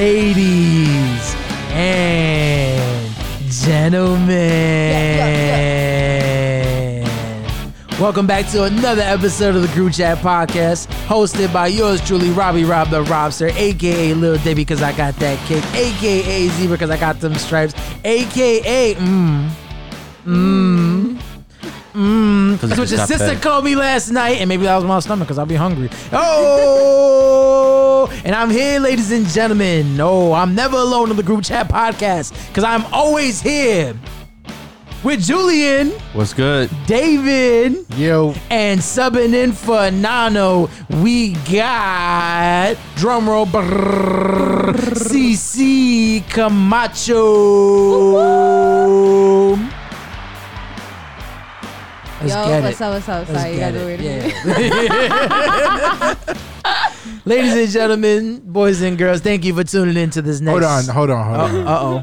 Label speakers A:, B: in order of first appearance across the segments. A: ladies and gentlemen. Welcome back to another episode of the Group Chat Podcast, hosted by yours truly, Robbie Rob the Robster, aka Lil Debbie, because I got that kick, aka Zebra, because I got them stripes, aka Mmm. Mmm. Mmm. That's what your sister called me last night, and maybe that was my stomach because I'll be hungry. Oh, and I'm here, ladies and gentlemen. No, I'm never alone on the Group Chat Podcast because I'm always here with Julian,
B: What's good?
A: David,
C: Yo,
A: and subbing in for Nano. We got drumroll brrrr, CC Camacho. Let's
D: Yo,
A: get it.
D: what's up, what's up?
A: Let's
D: Sorry, you
A: get
D: gotta do
A: it.
D: it.
A: Yeah. Ladies and gentlemen, boys and girls, thank you for tuning in to this next.
C: hold on, hold on, hold on.
A: Uh oh.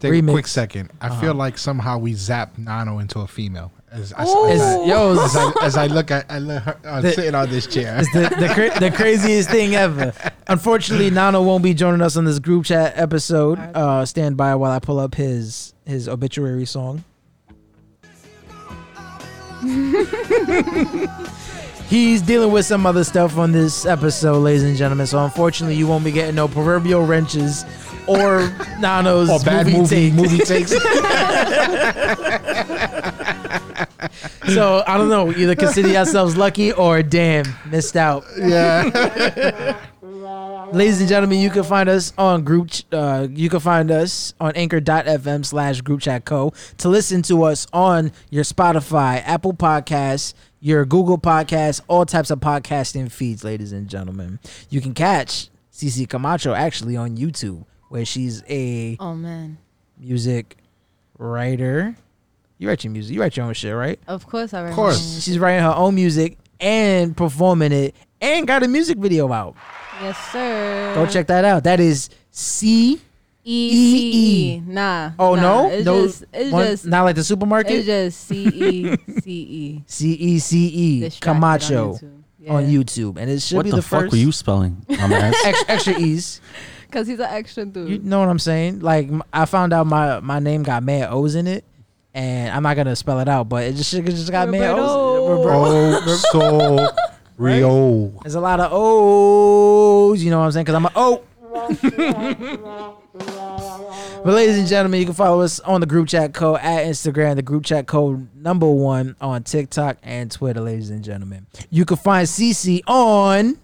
C: Take
A: remix. Uh-huh.
C: a quick second. I feel like somehow we zapped Nano into a female. As, as,
D: Ooh.
C: as,
A: It's,
C: I,
A: yo,
C: as,
A: it's
C: I, as I look at, I look her, I'm
A: Oh. The-
C: sitting on this chair.
A: It's the, the, cra- the craziest thing ever. Unfortunately, Nano won't be joining us on this group chat episode. Uh, stand by while I pull up his his obituary song. He's dealing with some other stuff on this episode, ladies and gentlemen. So unfortunately, you won't be getting no proverbial wrenches or Nano's
C: or bad movie
A: take.
C: movie takes.
A: So I don't know. Either consider yourselves lucky or damn missed out.
C: yeah.
A: Ladies and gentlemen, you can find us on group. Ch- uh, you can find us on anchor.fm slash group chat co to listen to us on your Spotify, Apple Podcasts, your Google Podcasts, all types of podcasting feeds, ladies and gentlemen. You can catch CC Camacho actually on YouTube, where she's a
D: Oh man,
A: music writer. You write your music, you write your own shit, right?
D: of course I. Of
C: course.
A: She's writing her own music and performing it and got a music video out.
D: Yes, sir.
A: Go check that out. That is C.
D: E
A: E.
D: C E. Nah.
A: Oh
D: nah.
A: no,
D: It's
A: no,
D: just. It's
A: one-
D: just.
A: not like the
D: It's
A: supermarket.
D: just C E C E.
A: C E C E Camacho on YouTube. and it should
B: what
A: be
B: the,
A: the,
B: fuck
A: first
B: were you spelling? I'm ass.
A: ex- extra E's.
D: Because he's an extra dude.
A: You know what I'm saying? Like m- I found out my my name got mad O's in it, and I'm not gonna spell it out, but it just it just got mad O's.
D: Roberto.
A: Roberto.
C: Oh, so Rio.
A: There's a lot of O's, you know what I'm saying? Because I'm a O. but ladies and gentlemen, you can follow us on the group chat code at Instagram, the group chat code number one on TikTok and Twitter, ladies and gentlemen. You can find CC on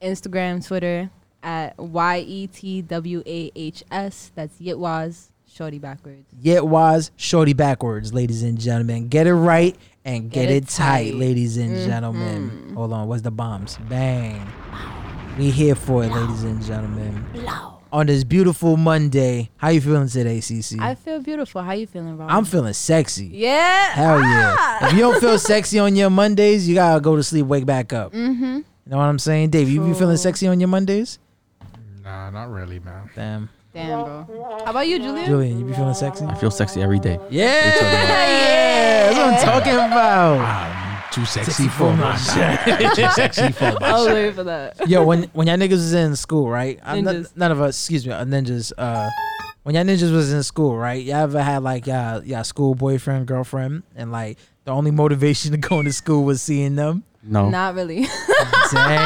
D: Instagram, Twitter at y e t w a h s. That's Yitwaz. Shorty backwards.
A: Yet Wise Shorty Backwards, ladies and gentlemen. Get it right and get,
D: Get
A: it,
D: it
A: tight,
D: tight.
A: ladies and gentlemen. Hold on, where's the bombs? Bang. We here for it, ladies and gentlemen. On this beautiful Monday, how you feeling today, CC?
D: I feel beautiful. How you feeling, Rob?
A: I'm feeling sexy.
D: Yeah.
A: Hell yeah. If you don't feel sexy on your Mondays, you gotta go to sleep, wake back up. Mm-hmm. You know what I'm saying? Dave, you be feeling
D: True.
A: sexy on your Mondays?
C: Nah, not really, man.
A: Damn.
D: Damn, bro. How about you, Julian?
A: Julian, you be feeling sexy?
B: I feel sexy every day.
A: Yeah.
B: That's what I'm talking
A: That's what I'm talking about.
C: Too sexy for my Too sexy for my
D: I was waiting for that.
A: Yo, when when y'all niggas was in school, right? I'm not-
D: Ninjas.
A: none of us, excuse me, uh, ninjas. Uh, when y'all ninjas was in school, right? Y'all ever had like y'all, y'all school boyfriend, girlfriend, and like the only motivation to going to school was seeing them?
B: No.
D: Not really.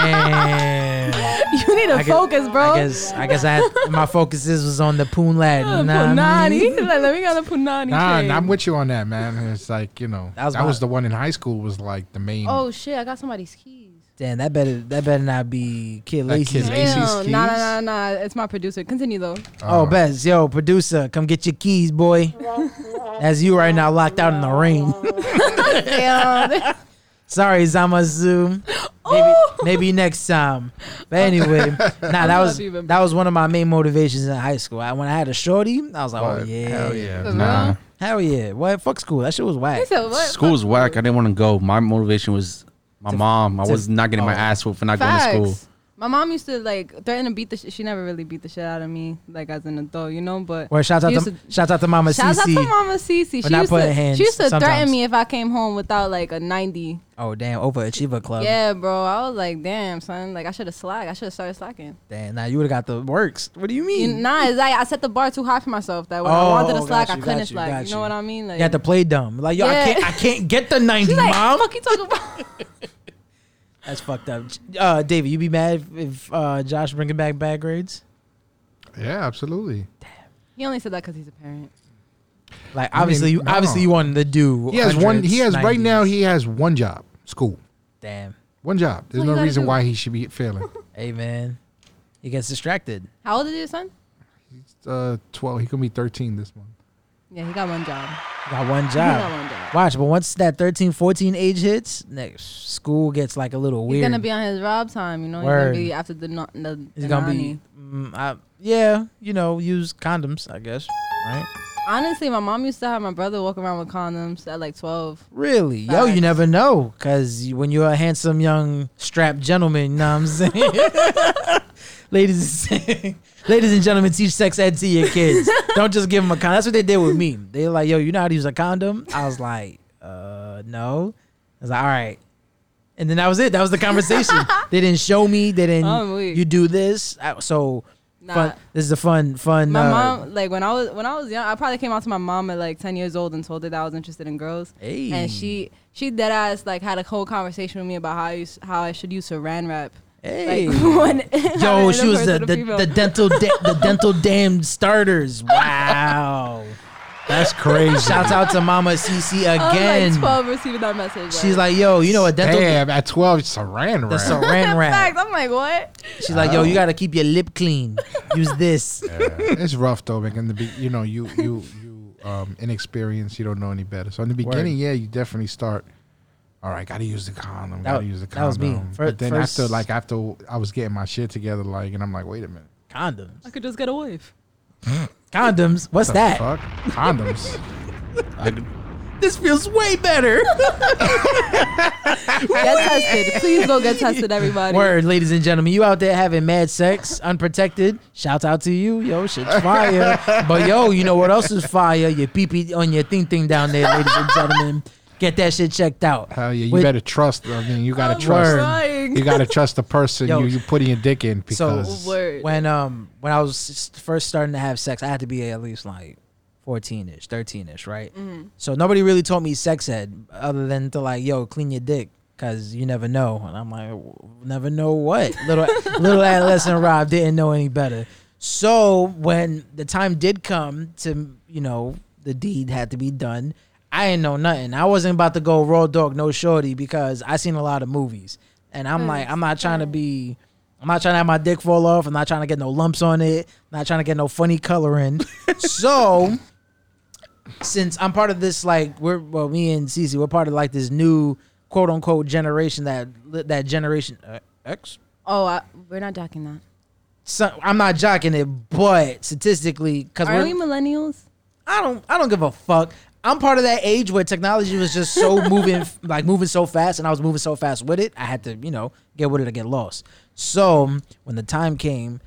A: Damn.
D: you need to
A: I guess-
D: focus, bro.
A: I guess I guess I had, my focus is was on the Poon lad. you know what I mean?
D: Punani. Like, let me go to Punani.
C: Nah,
D: thing.
C: and I'm with you on that, man. It's like you know,
A: That
C: that
A: was
C: was,
A: my-
C: the one in high school was like the main. uh,
D: Oh shit! I got somebody's keys.
A: Damn, that better that better not be Kid
C: That
A: Lacy.
C: Kid Lacy's
D: Ew, Nah,
C: keys?
D: nah, nah, nah. It's my producer. Continue though.
C: Uh-huh.
A: Oh, Bez, yo, producer, come get your keys, boy. That's you right now, locked out in the rain.
D: Damn.
A: Sorry, Zama Zoom. Maybe,
D: Oh!
A: maybe next time. But anyway, nah, that
D: not
A: was
D: even-
A: that was one of my main motivations in high school. I, when I had a shorty, I was like, oh
C: But
A: yeah,
C: hell yeah.
B: Nah.
A: hell yeah. What fuck school? That shit was whack.
D: so what?
B: School was whack. I didn't want to go. My motivation was my mom. I
A: to-
B: was not getting my
A: oh.
B: ass whooped for not
D: Facts.
B: going to school.
D: My mom used to like threaten to beat the. Sh- she never really beat the shit out of me, like as an adult, you know. But
A: Well, shout out
D: She
A: to,
D: used
A: shout out to Mama
D: shout out to
A: CC.
D: Mama Cece. She
A: not
D: used,
A: putting
D: to,
A: hands
D: she used to
A: sometimes.
D: threaten me if I came home without like a ninety.
A: Oh damn, overachiever club.
D: yeah, bro. I was like, damn, son. Like I should have slacked. I should have started slacking.
A: Damn, now you would have got the works. What do you
D: You-
A: mean? You,
D: Nah, it's like I set the bar too high for myself. That when I
A: Oh,
D: wanted to
A: got
D: slack, I
A: you, got
D: couldn't
A: you,
D: slack.
A: got
D: You know
A: you.
D: what I mean? Like,
A: had to play dumb. Like yo, I
D: Yeah.
A: can't I can't get the ninety,
D: she's like,
A: mom.
D: "Fuck you talking about."
A: That's fucked up. Uh, David, you be mad if, if uh, Josh bringing back bad grades?
C: Yeah, absolutely.
D: he only said that because he's a parent.
A: Like
C: I
A: obviously,
C: mean,
A: you obviously
C: no.
A: you wanted to do.
C: He has one. He has
A: hundreds,
C: right now.
A: 90s.
C: He has one job: school.
A: damn.
C: One job. There's
D: What you
C: no
D: gotta
C: reason
D: do?
C: why he should be failing.
A: Hey man, he gets distracted.
D: How old is your son?
C: He's uh, twelve. He could be thirteen this month.
D: Yeah, he got one job.
A: Got one
D: He got
A: job.
D: one job.
A: Watch, but once that 13, 14 age hits, next school gets like a little
D: He's
A: weird.
D: gonna be on his rob time, you know.
A: Word.
D: He's gonna be after the no, the,
A: He's
D: the
A: gonna
D: nanny.
A: be, mm, I, yeah, you know, use condoms, I guess, right?
D: Honestly, my mom used to have my brother walk around with condoms at like twelve.
A: Really? Yo, you
D: Facts.
A: never know. Because when you're a handsome young strapped gentleman, you know what I'm saying? ladies, ladies and gentlemen, teach sex ed to your kids. Don't just give them a condom. That's what they did with me. They like, yo, you know how to use a condom? I was like, uh, no. I was like, all right. And then that was it. That was the conversation. they didn't show me. They didn't.
D: I'm weak.
A: you do this. I, so
D: Oh, Nah.
A: fun, this is a fun, fun.
D: My
A: uh,
D: mom, like when I was when I was young, I probably came out to my mom at like ten years old and told her that I was interested in girls.
A: Hey.
D: And she she dead ass like had a whole conversation with me about how I use, how I should use saran wrap.
A: Hey.
D: Like, when,
A: Yo,
D: when
A: she was the
D: person to
A: the,
D: female.
A: the dental da- the dental damn starters. Wow.
C: That's crazy.
A: Shout out to Mama CC
D: I was
A: again.
D: like twelve receiving that message.
A: She's like, yo, you know what dental
C: Damn, at twelve, Saran
A: the
C: wrap.
A: saran
D: Facts.
A: wrap.
D: I'm like, what?
A: She's like, yo, you gotta keep your lip clean. Use this.
C: it's rough though, like in the be- you know you you you um inexperienced, you don't know any better. So in the beginning, yeah, you definitely start. All right, gotta use the condom.
A: That-
C: Gotta use the
A: that was me.
C: condom.
A: Fir-
C: but then
A: first-
C: after, like after I was getting my shit together, like, and I'm like, wait a minute,
A: Condoms.
D: I could just get a wife.
A: Condoms. What's
C: the
A: that?
C: fuck? Condoms.
A: This feels way better.
D: Get tested. Please go get tested, everybody.
A: Word, ladies and gentlemen, you out there having mad sex, unprotected. Shout out to you, yo, shit's fire. but yo, you know what else is fire? Your pee pee on your thing thing down there, ladies and gentlemen. Get that shit checked out.
C: Hell yeah, you
A: With-
C: better trust. I mean, you gotta
D: I'm
C: trust.
D: crying.
C: You gotta trust the person
A: Yo.
C: you you putting your dick in because
D: Word.
A: when um when I was s- first starting to have sex, I had to be at least like fourteen ish, thirteen ish, right? So nobody really taught me sex ed other than to like, yo, clean your dick. Cause you never know, and I'm like, "W- never know what little little adolescent Rob didn't know any better. So when the time did come to, you know, the deed had to be done, I ain't know nothing. I wasn't about to go raw dog no shorty because I seen a lot of movies, and I'm like, I'm not trying to be I'm not trying to have my dick fall off. I'm not trying to get no lumps on it. not trying to get no funny coloring. so, since I'm part of this, like we're well, me and Cece, we're part of like this new quote unquote generation that that generation uh, X.
D: Oh, I, we're not docking that.
A: So, I'm not jocking it, but statistically, because
D: Are
A: we're
D: we millennials?
A: I don't I don't give a fuck. I'm part of that age where technology was just so moving like moving so fast and I was moving so fast with it. I had to, you know, get with it or get lost. So when the time came,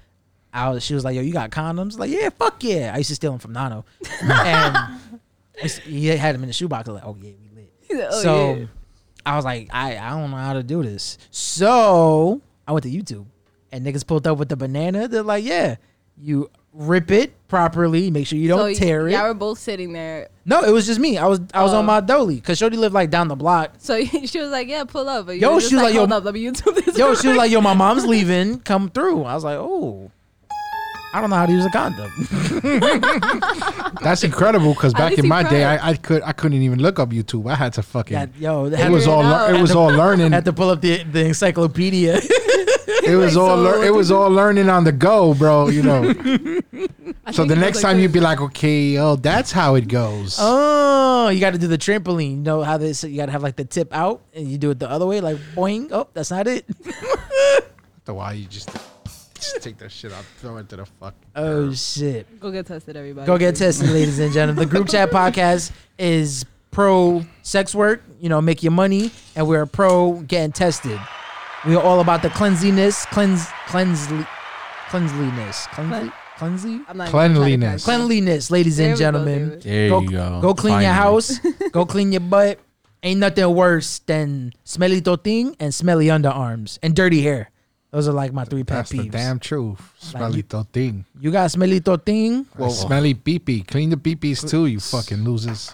A: I was she was like, Yo, you got condoms? Like, yeah, fuck yeah. I used to steal them from Nano. and I s- he had them in the shoebox. I was like, oh yeah, we lit.
D: Oh,
A: so
D: yeah.
A: I was like, I, I don't know how to do this. So I went to YouTube and niggas pulled up with the banana. They're like, yeah, you rip it properly, make sure you don't
D: so
A: tear it.
D: Yeah, we're both sitting there.
A: No, it was just me. I was I was
D: Oh.
A: on my dolly because Shorty lived like down the block.
D: So she was like, "Yeah, pull up." But you
A: Yo,
D: were
A: she
D: just
A: was like, yo-
D: "Hold up, let me YouTube this."
A: Yo,
D: real
A: she was
D: quick."
A: like, "Yo, my mom's leaving. Come through." I was like, "Oh, I don't know how to use a condom."
C: that's incredible. Because
D: At
C: back
D: least
C: in
D: he
C: my day,
D: cried.
C: I, I could I couldn't even look up YouTube. I had to fucking.
A: That, yo,
C: it
A: had,
C: was
D: it
C: all
D: out.
C: lear- it was all learning.
A: had to pull up the the encyclopedia.
C: It was
D: Like,
C: all
D: so-
C: lear- it was all learning on the go, bro. You know.
D: I
C: so
D: think
C: the
D: it was
C: next
D: like
C: time
D: this.
C: you'd be like, okay, oh, that's how it goes.
A: oh, you got to do the trampoline. You know how they say you got to have like the tip out and you do it the other way, like boing. Oh, that's not it.
C: So why you just, just take that shit out, throw it to the fuck.
A: Oh shit.
D: Go get tested, everybody.
A: Go get tested, ladies and gentlemen. The group chat podcast is pro sex work. You know, make your money, and we're pro getting tested. We are all about the cleansiness, cleanse, cleansly, cleansliness, cleansly,
D: Clean-
A: cleansly,
D: I'm not
C: Cleanliness.
A: cleanliness, ladies
D: There
A: and
D: we go,
A: gentlemen.
D: David.
B: There
A: Go-
B: you go.
A: Go clean
B: Finally.
A: your house. go clean your butt. Ain't nothing worse than smelly thing and smelly underarms and dirty hair. Those are like my three pet
C: That's the
A: peeves.
C: damn truth. Smelly
A: you-
C: the thing.
A: You got smelly thing.
C: Well, smelly peepee. Clean the peepees too, you fucking losers.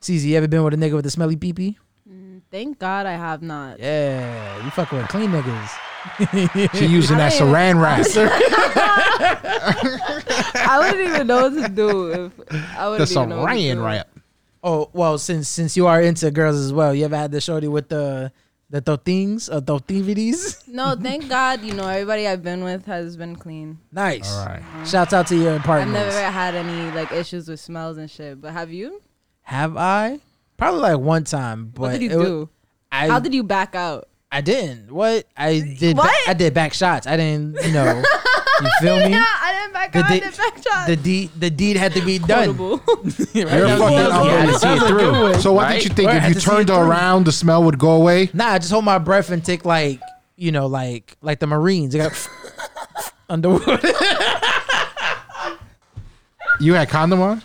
A: CZ, you ever been with a nigga with a smelly pee pee?
D: Thank God I have not.
A: Yeah, you fuck with clean niggas.
C: She using that
D: I don't
C: saran wrap. the
D: I wouldn't even know what to do if I wouldn't even know. what to do.
C: saran wrap.
A: Oh well, since since you are into girls as well, you ever had the shorty with the the things or thotivities?
D: No, thank God, you know, everybody I've been with has been clean.
A: Nice.
C: All right.
A: Shouts out to your
D: I've
A: partners.
D: never had any like issues with smells and shit. But have you?
A: Have I? Probably like one time, but
D: What did you
A: it wa-
D: do?
A: I
D: How did you back out?
A: I didn't. What I did? ba-
D: What?
A: I did back shots. I didn't. You know. you feel me?
D: I didn't back
A: The di-
D: back shot.
A: The deed. The deed had to be done. Right?
C: You're
A: That was-
C: fucking
A: that was-
C: unbelievable.
A: yeah, I had to see it through.
C: So what
B: Right?
C: did you think?
A: Right, I
C: If you
A: just see
C: turned
A: it
C: her
A: through.
C: around, the smell would go away.
A: Nah, I just hold my breath and take like you know, like like the Marines. They got underwater.
C: You had condom on.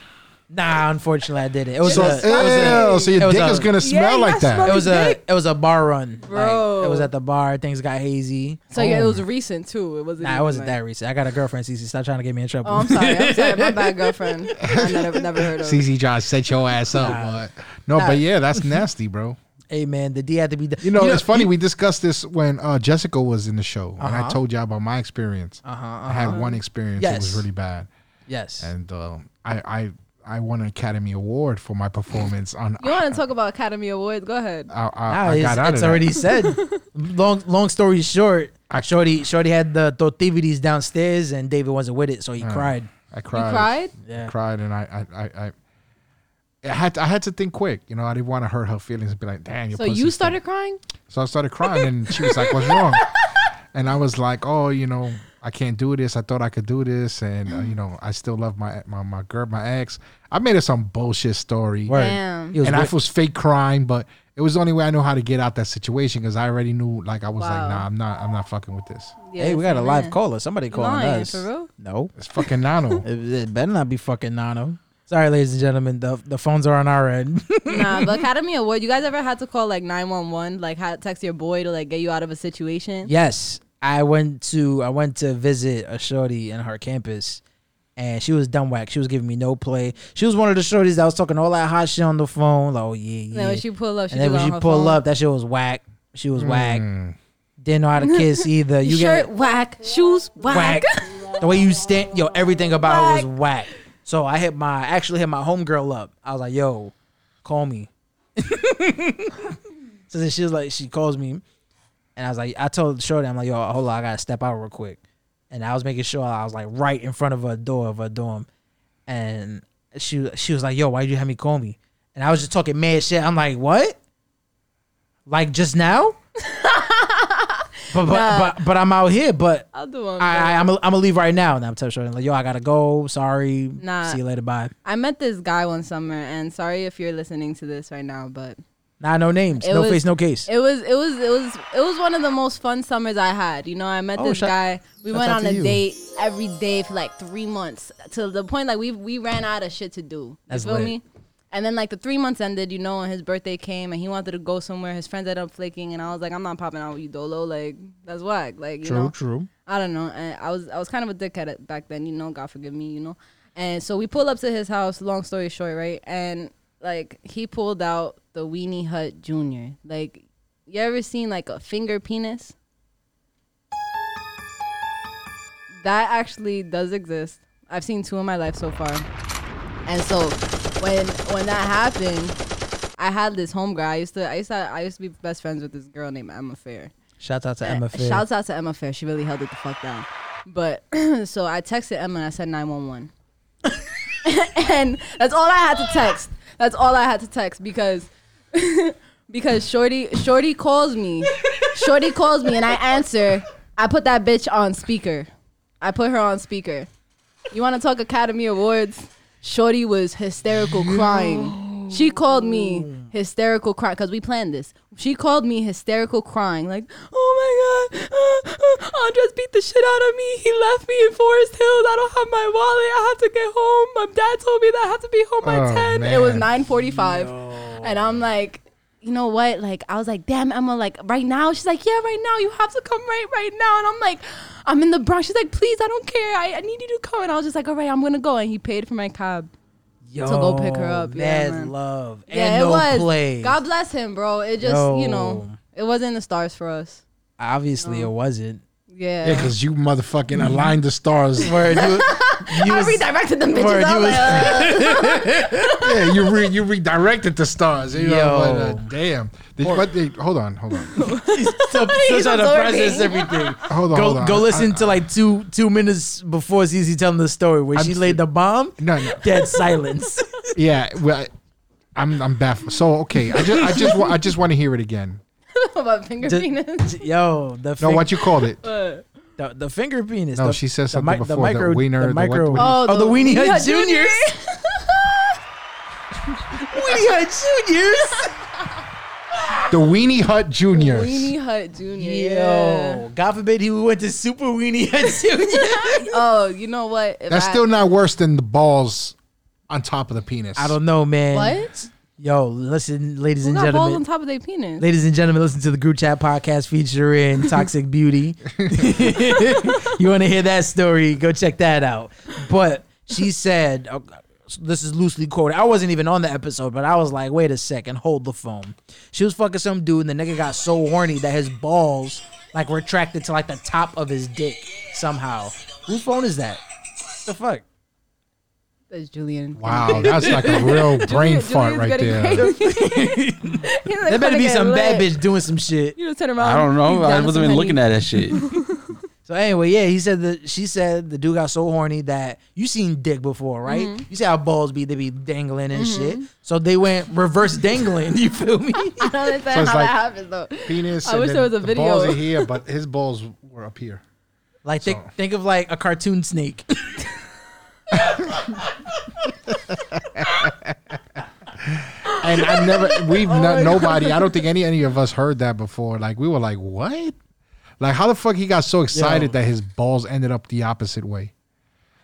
A: nah, unfortunately, I didn't. It was
C: So, eh.
A: a. it was a-
C: ew, so
A: it
C: your
A: was
C: dick
A: a-
C: is gonna smell
D: you
C: like
D: got
C: that.
A: it was a it was a bar run.
D: Bro.
A: Like, it was at the bar. Things got hazy.
D: so yeah, it was recent too. It
A: Oh.
D: wasn't.
A: Nah, it
D: even,
A: wasn't
D: like-
A: that recent. I got a girlfriend. Cece, stop trying to get me in trouble.
D: Oh, I'm sorry. I'm sorry. My bad girlfriend. I never, never heard of.
C: CC John, set your ass up. boy. No, but yeah, that's nasty, bro.
A: hey man, the D had to be done.
C: You know, it's funny. we discussed this when uh, Jessica was in the show, and I
A: Uh-huh.
C: told y'all about my experience.
A: Uh-huh,
C: I had one experience that was
A: Yes.
C: really bad,
A: Yes.
C: and um, I, I I won an Academy Award for my performance on.
D: You want to talk about Academy Awards? Go ahead.
C: I, I,
A: Nah,
C: I
A: it's,
C: got out
A: it's
C: of
A: already said. long long story short,
C: I-
A: Shorty Shorty had the tortivities downstairs and David wasn't with it, so he
C: Mm.
A: cried.
C: that. I
D: You
A: Uh,
C: cried.
D: cried?
A: Yeah.
C: cried and I I, I, I I had to, I had to think quick, you know. I didn't want to hurt her feelings and be like, "Damn, your
D: So
C: pussy's
D: you
C: fat."
D: started crying?
C: So I started crying, and she was like, "What's wrong?" And I was like, "Oh, you know, I can't do this. I thought I could do this, and uh, you know, I still love my my my girl, my ex. I made her some bullshit story,
A: Word.
D: Damn.
A: He was
C: and
A: with-
C: I was fake crying, but it was the only way I know how to get out that situation because I already knew. Like I was
D: Wow.
C: like, "Nah, I'm not. I'm not fucking with this.
A: hey, we got a
D: man.
A: live caller. Somebody calling
D: lying,
A: us.
D: for real?
A: No.
C: It's fucking nano."
A: It, it better not be fucking Nano. Sorry, ladies and gentlemen, the the phones are on our end.
D: Nah, but Academy Award. You guys ever had to call like nine one one? Like, had text your boy to like get you out of a situation?
A: Yes, I went to I went to visit a shorty in her campus, and she was dumb whack. She was giving me no play. She was one of the shorties that was talking all that hot shit on the phone. Like, oh yeah,
D: And
A: yeah.
D: then when she pull up, she
A: and then
D: do it
A: when
D: on
A: she
D: her
A: pull
D: phone.
A: up, that shit was whack. She was
C: Mm.
A: whack. Didn't know how to kiss either. You
D: shirt
A: get
D: whack, shoes whack.
A: whack. the way you stand, yo, everything about her was whack. So I hit my actually hit my homegirl up. I was like, yo, call me. so then she was like, she calls me, and I was like, I told Shorty, I'm like, yo, hold on, I gotta step out real quick. And I was making sure I was like right in front of her door of her dorm, and she she was like, yo, why did you have me call me? And I was just talking mad shit. I'm like, what? Like just now? but but, but but I'm out here. But
D: I'll do one.
A: I, I, I'm gonna I'm gonna leave right now. And I'm telling Shorty, like, yo, I gotta go. Sorry.
D: Nah.
A: See you later. Bye.
D: I met this guy one summer, and sorry if you're listening to this right now, but
A: Nah, no names.
D: It
A: no
D: was-
A: face, no case.
D: it was it was it was it was one of the most fun summers I had. You know, I met
A: Oh,
D: this
A: shout-
D: guy. We
C: shout
D: went
C: out
D: on
C: to
D: a
C: you.
D: date every day for like three months to the point like we we ran out of shit to do.
A: That's
D: you feel
A: lit.
D: me? And then like the three months ended, you know, and his birthday came and he wanted to go somewhere. His friends ended up flaking, and I was like, I'm not popping out with you, Dolo. Like that's whack. Like you know,
C: true.
D: I don't know. And I was I was kind of a dickhead at- back then, you know. God forgive me, you know. And so we pull up to his house. Long story short, right? And like he pulled out the Weenie Hut Junior. Like you ever seen like a finger penis? That actually does exist. I've seen two in my life so far. And so when when that happened, I had this home guy. I used to I used to I used to be best friends with this girl named Emma Fair.
A: Shout out to
D: Uh,
A: Emma Fair.
D: Shouts out to Emma Fair. She really held it the fuck down. But so I texted Emma and I said 911. and that's all I had to text. That's all I had to text because because Shorty Shorty calls me. Shorty calls me and I answer. I put that bitch on speaker. I put her on speaker. You want to talk Academy Awards? Shorty was hysterical crying. She called me hysterical cry because we planned this. She called me hysterical crying, like, "Oh my god, uh, uh, Andres beat the shit out of me. He left me in Forest Hills. I don't have my wallet. I have to get home. My dad told me that I have to be home by
C: Oh,
D: 10. It was
C: man.
D: 9:45, and I'm like. You know what? Like I was like, damn, Emma. Like right now, she's like, yeah, right now. You have to come right, right now. And I'm like, I'm in the Bronx. She's like, please, I don't care. I, I need you to come. And I was just like, all right, I'm gonna go. And he paid for my cab.
A: Yo,
D: go pick her up, yeah,
A: Mad
D: man.
A: love.
D: Yeah,
A: and
D: it
A: no
D: was.
A: play.
D: God bless him, bro. It just, you know,
A: Yo.
D: it wasn't the stars for us.
A: Obviously, it wasn't.
D: Yeah.
C: Yeah, because you motherfucking aligned the stars.
A: Word, you, you
D: I
A: was-
D: redirected them bitches.
A: Word,
D: I
A: you
D: was like, uh,
C: yeah, you re- you redirected the stars. You know,
A: Yo.
C: but, uh, damn. Did you, what the hold on, hold on,
A: still, still
D: He's
A: trying to
D: absorbing.
A: process everything.
C: hold on.
A: Go,
C: hold on.
A: go listen
C: I-
A: to like two two minutes before ZZ telling the story where she
C: I'm-
A: laid the bomb.
C: No, no.
A: Dead silence.
C: Yeah, well, I'm I'm baffled. So okay, I just I just wa- I just want to hear it again.
D: about finger
A: Just-
D: penis.
A: Yo, the
C: No,
A: fing-
C: what you called it?
A: the, the finger penis.
C: No,
A: the,
C: she says
A: the
C: something
A: mi-
C: before, the wiener, the
A: The
C: what-
A: micro.
C: what-
A: oh, the, weenie
D: Hut
A: hut juniors. weenie hut juniors.
C: The Weenie Hut Juniors.
D: Weenie Hut Junior. Yeah.
A: Yo, God forbid he went to Super Weenie Hut Junior.
D: Oh, you know what? If
C: That's
D: I-
C: still not worse than the balls on top of the penis.
A: I don't know, man.
D: What?
A: Yo, listen, ladies
D: Who
A: and
D: got balls
A: gentlemen.
D: on top of their penis?
A: Ladies and gentlemen, listen to the group chat podcast featuring Toxic Beauty. you want to hear that story? Go check that out. But she said, uh, this is loosely quoted. I wasn't even on the episode, but I was like, wait a second, hold the phone. She was fucking some dude, and the nigga got so horny that his balls like retracted to like the top of his dick somehow. Whose phone is that? the fuck?
D: That's Julian.
C: Wow, that's like a real brain fart right there.
A: There better be some bad bitch doing some shit.
D: You just turn around.
B: I don't know. I wasn't even looking
D: at.
B: at that shit.
A: So anyway, yeah, he said that she said the dude got so horny that you seen dick before, right?
D: Mm-hmm.
A: You see how balls be they be dangling and shit. So they went reverse dangling. You feel me?
D: I don't
C: So
D: understand
C: it's
D: how that
C: like-
D: happens though.
C: Penis.
D: I
C: and
D: wish
C: then
D: there was a
C: the
D: video.
C: Balls are here, but his balls were up here.
A: Like think
C: So-
A: think of like a cartoon snake.
C: And I never, we've
A: Oh
C: not, nobody, I don't think any any of us heard that before. Like we were like, what? Like how the fuck he got so excited that his balls ended up the opposite way?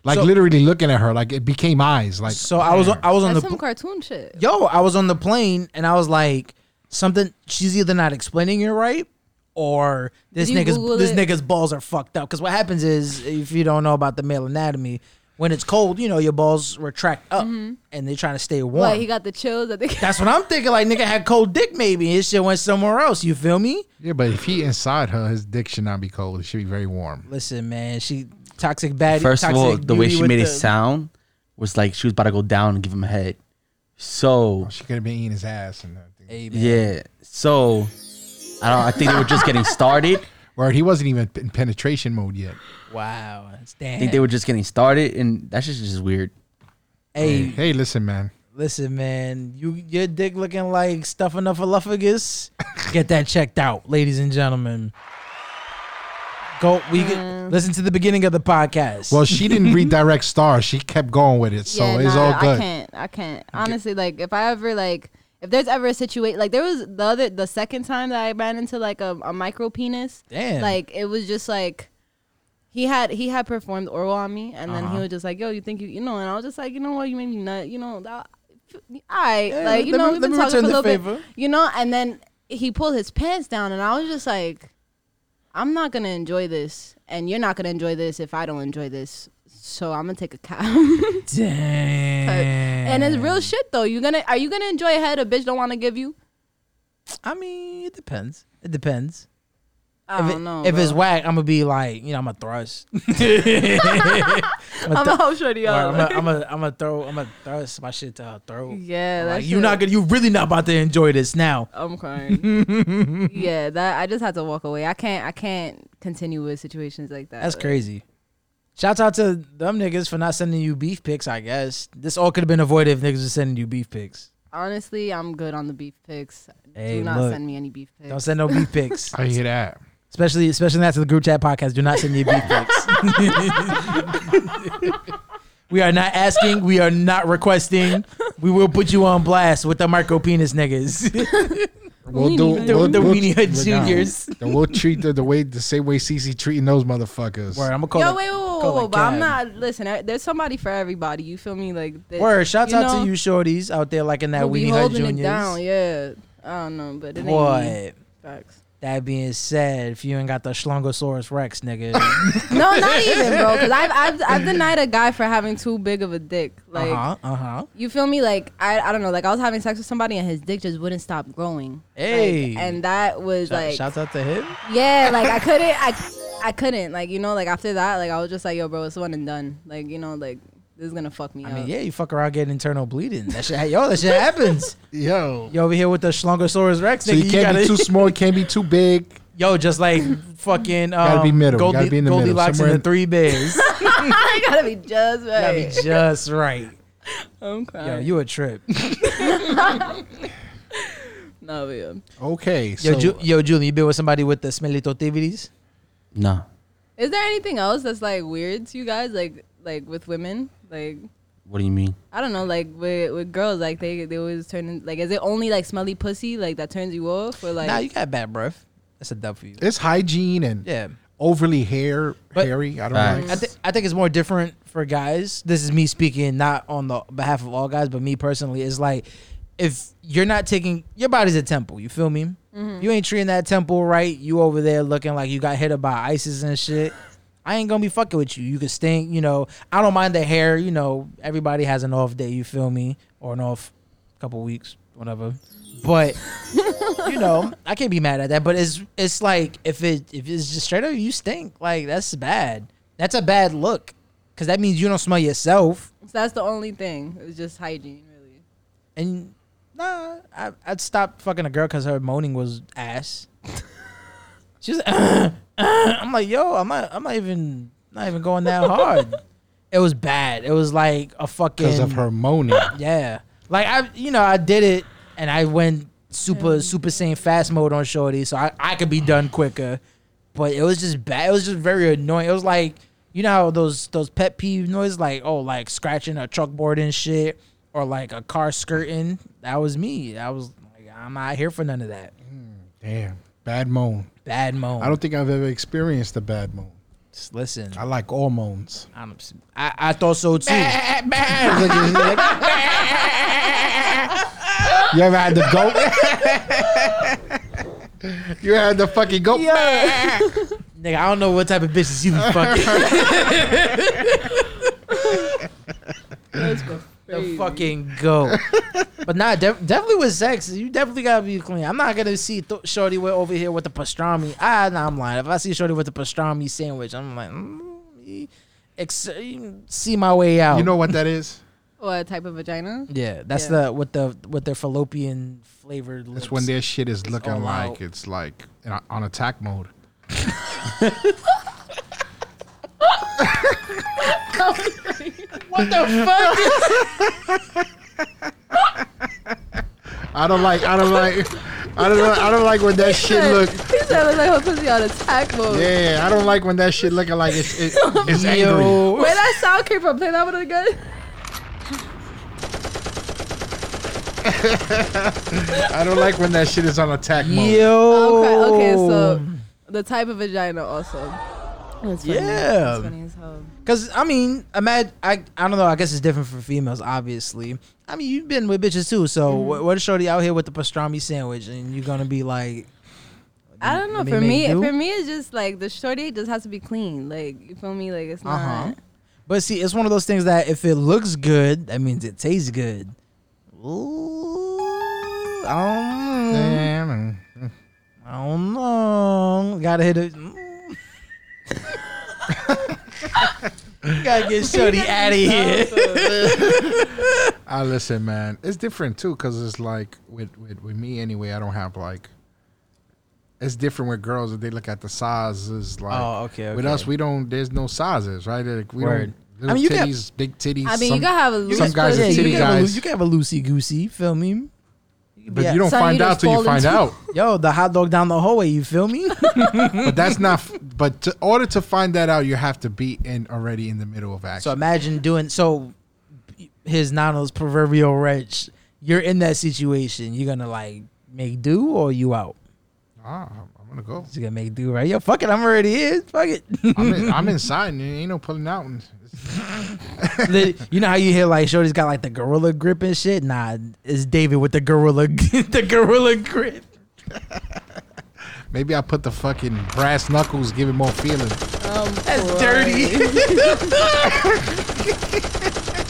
C: Like
A: So-
C: literally looking at her, like it became eyes. Like
A: So I was on, I was on
D: That's
A: the
D: some
A: pl-
D: cartoon shit.
A: yo I was on the plane and I was like something. She's either not explaining it right. Or this
D: Did you
A: nigga's
D: Google
A: this
D: it?
A: nigga's balls are fucked up. Because what happens is, if you don't know about the male anatomy, when it's cold, you know your balls retract up,
D: Mm-hmm.
A: and they're trying to stay warm.
D: What he got the chills. I think.
A: That's what I'm thinking. Like nigga had cold dick, maybe his shit went somewhere else. You feel me?
C: yeah, but if he inside her, his dick should not be cold. It should be very warm.
A: Listen, man, she toxic baddie.
B: First of
A: toxic
B: all, the way
A: beauty
B: she
A: with
B: made it
A: the-
B: sound was like she was about to go down and give him a head. So
C: She could have been eating his ass and that thing.
A: Hey, man.
B: yeah. So I don't. I think they were just getting started.
C: Where he wasn't even in penetration mode yet.
A: Wow, that's
B: I
A: damn.
B: think they were just getting started, and that shit's just weird.
A: hey,
C: Hey, listen, man.
A: listen, man, you your dick looking like stuff in the falafel. Get that checked out, ladies and gentlemen. Go. We
D: Mm.
A: get, listen to the beginning of the podcast.
C: Well, she didn't redirect stars. She kept going with it, so it's
D: nah,
C: all good.
D: I can't. I can't. Honestly, like if I ever like if there's ever a situation like there was the other the second time that I ran into like a, a micro penis.
A: Damn.
D: Like it was just like he had he had performed oral on me, and
A: Uh-huh.
D: then he was just like, "Yo, you think you you know?" And I was just like, "You know what? You made me nut. You know that." I
A: Yeah,
D: like you
A: let
D: know
A: me-
D: we've
A: let
D: been
A: me
D: talking for a
A: return the
D: little bit,
A: favor.
D: you know, and then he pulled his pants down, and I was just like, "I'm not gonna enjoy this, and you're not gonna enjoy this if I don't enjoy this." So I'm gonna take a cab.
A: damn.
D: And it's real shit though. You gonna are you gonna enjoy a head a bitch don't want to give you?
A: I mean, it depends. It depends.
D: I
A: If,
D: don't
A: it-
D: know.
A: if
D: bro.
A: it's whack, I'm gonna be like, you know, I'm gonna thrust.
D: I'm a whole shorty
A: I'm
D: y'all.
A: gonna I'm a, I'm a throw I'm gonna thrust my shit to her throat.
D: Yeah,
A: like
D: that
A: you not
D: shit-
A: gonna you really not about to enjoy this now.
D: I'm crying. yeah, that I just had to walk away. I can't I can't continue with situations like that.
A: That's crazy. Shout out to them niggas for not sending you beef pics. I guess this all could have been avoided if niggas was sending you beef pics.
D: Honestly, I'm good on the beef pics.
A: Hey,
D: Do not
A: look.
D: send me any beef pics.
A: Don't send no beef pics,
C: I hear that.
A: especially especially not to the group chat podcast. Do not send me beef pics. we are not asking. We are not requesting. We will put you on blast with the micro penis niggas.
C: We'll
D: Weenie
C: do
D: Hut.
A: the
C: we'll,
A: the
C: we'll-
A: Weenie Hood
C: we'll-
A: Juniors.
C: then we'll treat the, the way the same way CC treating those motherfuckers.
A: Word, I'm gonna call
D: Yo,
A: it-
D: wait, wait, wait,
A: call
D: wait,
A: it
D: wait, but
A: cab.
D: I'm not. Listen, there- there's somebody for everybody. You feel me? Like that-
A: Word, shouts
D: you
A: out
D: know?
A: to you shorties out there like in that
D: we
A: Weenie
D: be
A: Hood
D: holding
A: Juniors.
D: it down. Yeah, I don't know, but it ain't me.
A: Boy,
D: Facts.
A: that being said, if you ain't got the Schlongosaurus Rex, nigga,
D: No, not even, bro. Because I've, I've I've denied a guy for having too big of a dick. Like
A: uh huh, uh huh.
D: you feel me? Like I I don't know. Like I was having sex with somebody and his dick just wouldn't stop growing. Like,
A: Hey.
D: and that was like
A: shouts out to him.
D: yeah, like I couldn't I I couldn't like you know like after that like I was just like yo bro it's one and done like you know like this is gonna fuck me
A: I
D: up.
A: mean, yeah, you fuck around getting internal bleeding. That shit, yo, that shit happens.
C: Yo.
A: You over here with the Schlongosaurus Rex,
C: So
A: nigga.
C: you
A: you
C: can't
A: gotta,
C: be too small, you can't be too big.
A: yo, just like fucking. Um,
C: Gotta be middle, gotta be in the middle,
A: Goldilocks and
C: somewhere
A: the
C: in-
A: three bears.
D: I gotta be just
A: gotta be
D: right.
A: just right.
D: I'm
A: Yo,
D: crying.
A: you a trip.
D: no, but yeah.
C: Okay.
A: Yo,
C: So
A: Ju- yo, Julie, you been with somebody with the smelly totivities?
B: No.
D: Is there anything else that's like weird to you guys? Like like with women? Like
B: What do you mean?
D: I don't know, like with with girls, like they they always turn in- like is it only like smelly pussy like that turns you off or like
A: nah, you got bad breath. That's a dub for you.
C: it's hygiene and
A: Yeah.
C: overly hair
A: But-
C: hairy. I don't
B: Facts.
C: know.
A: I, th- I think it's more different for guys. This is me speaking, not on the behalf of all guys, but me personally. It's like if you're not taking your body's a temple, you feel me? You ain't treating that temple right. You over there looking like you got hit by ISIS and shit. I ain't gonna be fucking with you. You could stink, you know. I don't mind the hair, you know. Everybody has an off day, you feel me, or an off couple weeks, whatever. But you know, I can't be mad at that. But it's it's like if it if it's just straight up you stink, like that's bad. That's a bad look, because that means you don't smell yourself.
D: so that's the only thing. It's just hygiene really.
A: And nah, I I'd stop fucking a girl because her moaning was ass. She was, I'm like, yo, I'm not, I'm not even, not even going that hard. it was bad. It was like a fucking
C: Because of her moaning.
A: Yeah. Like I you know, I did it and I went super super saiyan fast mode on Shorty, so I, I could be done quicker. But it was just bad. It was just very annoying. It was like you know how those those pet peeve noises like oh like scratching a chalkboard and shit or like a car skirting. That was me. I was like I'm not here for none of that.
C: Damn. Bad moan.
A: Bad moan.
C: I don't think I've ever experienced a bad moan.
A: Just listen.
C: I like all moans.
A: I'm, I, I thought so too.
C: You ever had the goat? you ever had the fucking goat?
A: Nigga, I don't know what type of bitches you be fucking. the fucking go. but nah, def- definitely with sex, you definitely gotta be clean. I'm not gonna see th- Shorty with over here with the pastrami. Ah, nah, I'm lying. If I see Shorty with the pastrami sandwich, I'm like, mm, ex- see my way out.
C: You know what that is?
D: What type of vagina?
A: yeah, that's
D: Yeah.
A: the with the with their fallopian flavored. Lips.
C: That's when their shit is looking
A: all
C: like
A: out.
C: it's like in- on attack mode.
A: what the fuck?
C: I don't like. I don't like. I don't. Like, I don't like when that shit look.
D: He said it was like her pussy on attack mode.
C: Yeah, I don't like when that shit looking like it's it, it's angry.
A: Yo.
D: Where that sound came from? Play that one again.
C: I don't like when that shit is on attack mode.
A: Yo.
D: Okay, okay,
C: Oh.
D: so the type of vagina also. That's funny.
A: Yeah.
D: That's funny as hell.
A: Cause I mean, imagine I I don't know. I guess it's different for females, obviously. I mean, you've been with bitches too, so
C: Mm-hmm.
A: what, what is shorty out here with the pastrami sandwich, and you're gonna be like,
D: I don't know.
A: Let me
D: For
A: make
D: me,
A: do.
D: for me, it's just like the shorty just has to be clean. Like you feel me? Like it's
A: uh
D: not.
C: Uh-huh.
A: huh. But see, it's one of those things that if it looks good, that means it tastes good. Ooh, I don't, know.
C: Damn. Mm-hmm.
A: I don't know. Gotta hit it. Mm. Gotta get shorty out of here.
C: I listen, man. It's different too, cause it's like with, with with me anyway. I don't have like. It's different with girls. They look at the sizes. Like
A: Oh, okay,
C: With
A: okay.
C: us, we don't. There's no sizes, right? Like, we
A: Word.
C: don't.
A: I
C: I
A: mean,
C: mean,
A: you got-
C: titties, big titties.
D: I mean,
C: some-
D: you gotta have a loose
C: some guys are
D: pussy.
C: titty
A: you can have a
C: guys.
A: loo- you can have a loosey goosey. Feel me?
C: but
A: yeah.
C: you don't
D: Some
C: find
D: you just
C: out till you
D: fold
C: find
D: into.
C: out.
A: Yo, the hot dog down the hallway. You feel me?
C: But that's not. f- But to order to find that out, you have to be in already in the middle of action.
A: so imagine doing so. his Nano's proverbial wrench, you're in that situation. You're gonna like make do or you out.
C: Ah, I'm- I'm gonna go.
A: You're gonna make do, right? Yo, fuck it, I'm already in. Fuck it.
C: I'm, in, I'm inside. And ain't no pulling out. And it's-
A: Li- you know how you hear like Shorty's got like the gorilla grip and shit? Nah, it's David with the gorilla the gorilla grip.
C: maybe I put the fucking brass knuckles, give it more feeling.
A: That's dirty.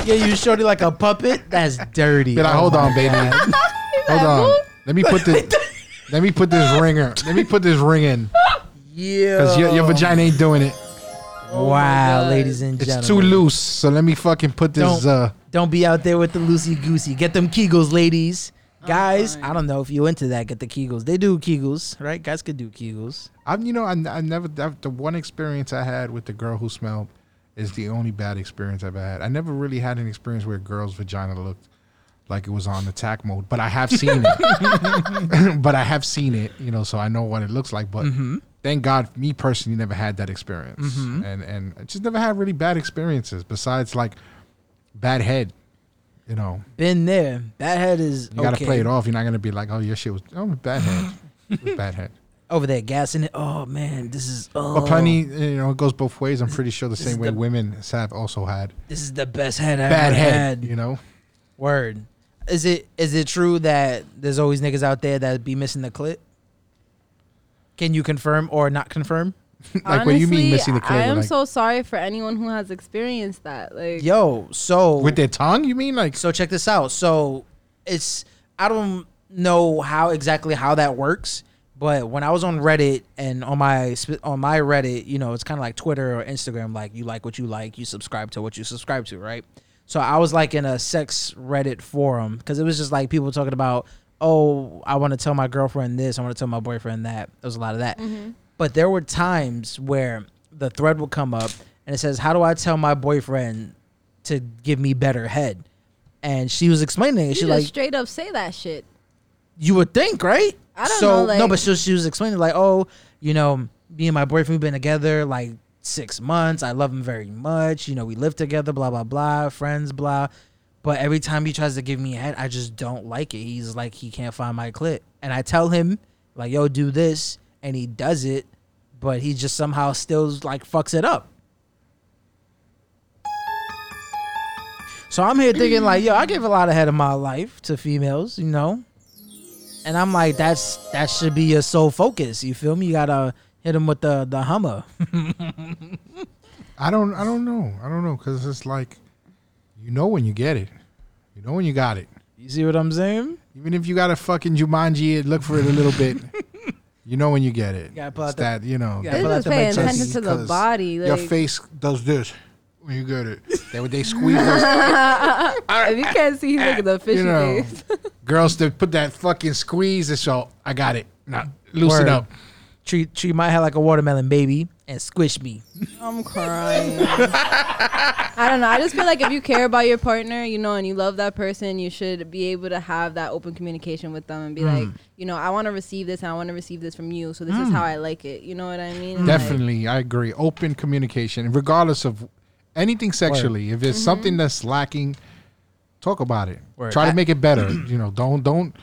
A: yeah, you Shorty like a puppet? That's dirty.
C: Be like,
A: Oh
C: hold
A: my
C: on, baby.
A: God.
C: Hold on. Let me put this. Let me put this ringer. Let me put this ring in.
A: Yeah.
C: Cause your, your vagina ain't doing it.
A: wow,
D: God.
A: ladies and
C: It's
A: gentlemen.
C: too loose. So let me fucking put this.
A: Don't.
C: Uh,
A: Don't be out there with the loosey goosey. Get them Kegels, ladies. Guys, I don't know if you into that. Get the Kegels. They do Kegels, right? Guys could do Kegels.
C: I'm. You know, I, I never. I've, the one experience I had with the girl who smelled is the only bad experience I've had. I never really had an experience where a girl's vagina looked like it was on attack mode, but I have seen it. but I have seen it. You know, so I know what it looks like. But thank God, me personally never had that experience, and and I just never had really bad experiences besides like bad head. You know,
A: Been there. That head is
C: You gotta
A: okay.
C: play it off. You're not gonna be like, oh, your shit was oh bad head, It was bad head.
A: over there gassing it. Oh man, this is oh
C: But plenty, you know, it goes both ways. I'm pretty sure the same way
A: the-
C: women have also had
A: This is the best head I
C: bad
A: ever
C: head.
A: had.
C: You know,
A: Word. Is it is it true that there's always niggas out there that be missing the clit? Can you confirm or not confirm?
C: like what you
D: Honestly,
C: mean missing the
D: I
C: clit
D: am
C: like,
D: so sorry for anyone who has experienced that. Like,
A: Yo, so
C: with their tongue. You mean like
A: So check this out. So it's I don't know how exactly how that works, but when I was on Reddit and on my sp- on my Reddit, you know, it's kind of like Twitter or Instagram. Like you like what you like, you subscribe to what you subscribe to, right? So I was like in a sex Reddit forum because it was just like people talking about, oh, I want to tell my girlfriend this, I want to tell my boyfriend that. There was a lot of that, but there were times where the thread would come up and it says, how do I tell my boyfriend to give me better head? and she was explaining it.
D: you
A: She
D: just
A: like
D: straight up say that shit.
A: you would think, right?
D: I don't
A: so,
D: know, like-
A: no, but she, she was explaining like, oh, you know, me and my boyfriend we've been together like six months. I love him very much. You know, we live together. Blah blah blah. Friends. Blah. But every time he tries to give me head, I just don't like it. He's like he can't find my clit, and I tell him like, yo, do this, and he does it, but he just somehow still like fucks it up. So I'm here thinking like, yo, I give a lot of head in my life to females, you know, and I'm like, that's that should be your sole focus. You feel me? You gotta hit him with the the Hummer.
C: I don't, I don't know, I don't know, because it's like you know when you get it, you know when you got it.
A: you see what I'm saying?
C: Even if you got a fucking Jumanji, it look for it a little bit. You know when you get it.
A: gotta pull
C: It's
A: out the-
C: that you know.
A: gotta Yeah, but
D: This is
A: I have to
D: paying
A: make sense
D: attention to the
C: because
D: body. Like,
C: Your face does this when you get it. They they squeeze those
D: if you can't see, he's looking at the fishy
C: you know,
D: face.
C: girls to put that fucking squeeze. It's all I got it. Now loosen
A: Word. Mm-hmm.
C: up.
A: Treat treat my head like a watermelon, baby, and squish me.
D: I'm crying. I don't know. I just feel like if you care about your partner, you know, and you love that person, you should be able to have that open communication with them and be
A: Mm.
D: like, you know, I want to receive this and I want to receive this from you. So this is how I like it. You know what I mean? Like,
C: Definitely, I agree. Open communication, regardless of anything sexually. If it's something that's lacking, talk about it.
A: Word.
C: Try
A: I-
C: to make it better. you know, don't don't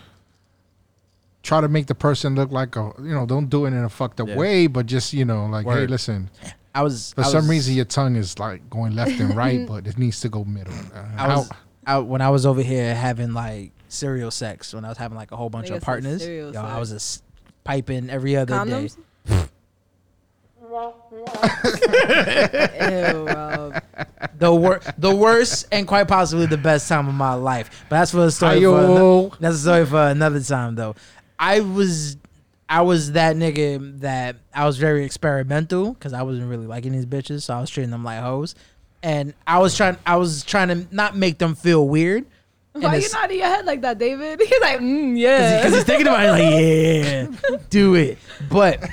C: try to make the person look like a you know. Don't do it in a fucked up
B: Yeah.
C: way, but just you know, like hey,
B: Word.
C: listen.
A: I was
C: For
A: I
C: some
A: was-
C: reason, your tongue is like going left and right, but it needs to go middle. Uh,
A: I was
C: how-
A: I, when I was over here having like serial sex when I was having like a whole bunch of
D: Nigga said
A: partners. Yo,
D: serial
A: I
D: sex.
A: was just piping every other
D: Condoms?
A: day.
D: Ew, Rob.
A: The wor- the worst and quite possibly the best time of my life. But that's for the story. For ano-
C: Ayo.
A: That's a story for another time, though. I was, I was that nigga that I was very experimental because I wasn't really liking these bitches, so I was treating them like hoes, and I was trying, I was trying to not make them feel weird.
D: Why you nodding your head like that, David? He's like, mm, yeah.
A: Because he's thinking about it, like yeah, do it. But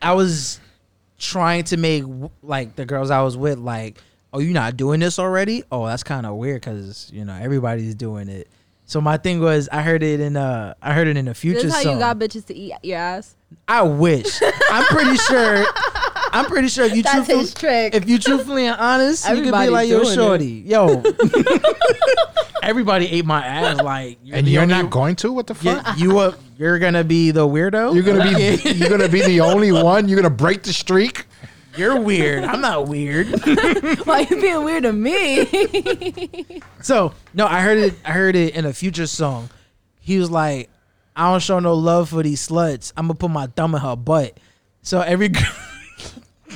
A: I was trying to make like the girls I was with like, oh, you not doing this already? Oh, that's kind of weird because you know everybody's doing it. So my thing was, I heard it in uh, I heard it in a future
D: This is how
A: song.
D: you got bitches to eat your ass.
A: I wish. I'm pretty sure. I'm pretty sure if you
D: That's
A: truthfully,
D: his trick.
A: if you truthfully and honest, you could be
D: Everybody's
A: like, yo,
D: doing it.
A: shorty, yo. Everybody ate my ass, like, you're
C: and
A: the
C: you're
A: only-
C: not going to? What the fuck?
A: Yeah, you are, you're gonna be the weirdo.
C: You're gonna
A: Like,
C: be you're gonna be the only one. You're gonna break the streak.
A: you're weird. I'm not weird.
D: Why you being weird to me?
A: So no, I heard it. I heard it in a future song. He was like, "I don't show no love for these sluts. I'm gonna put my thumb in her butt." So every girl,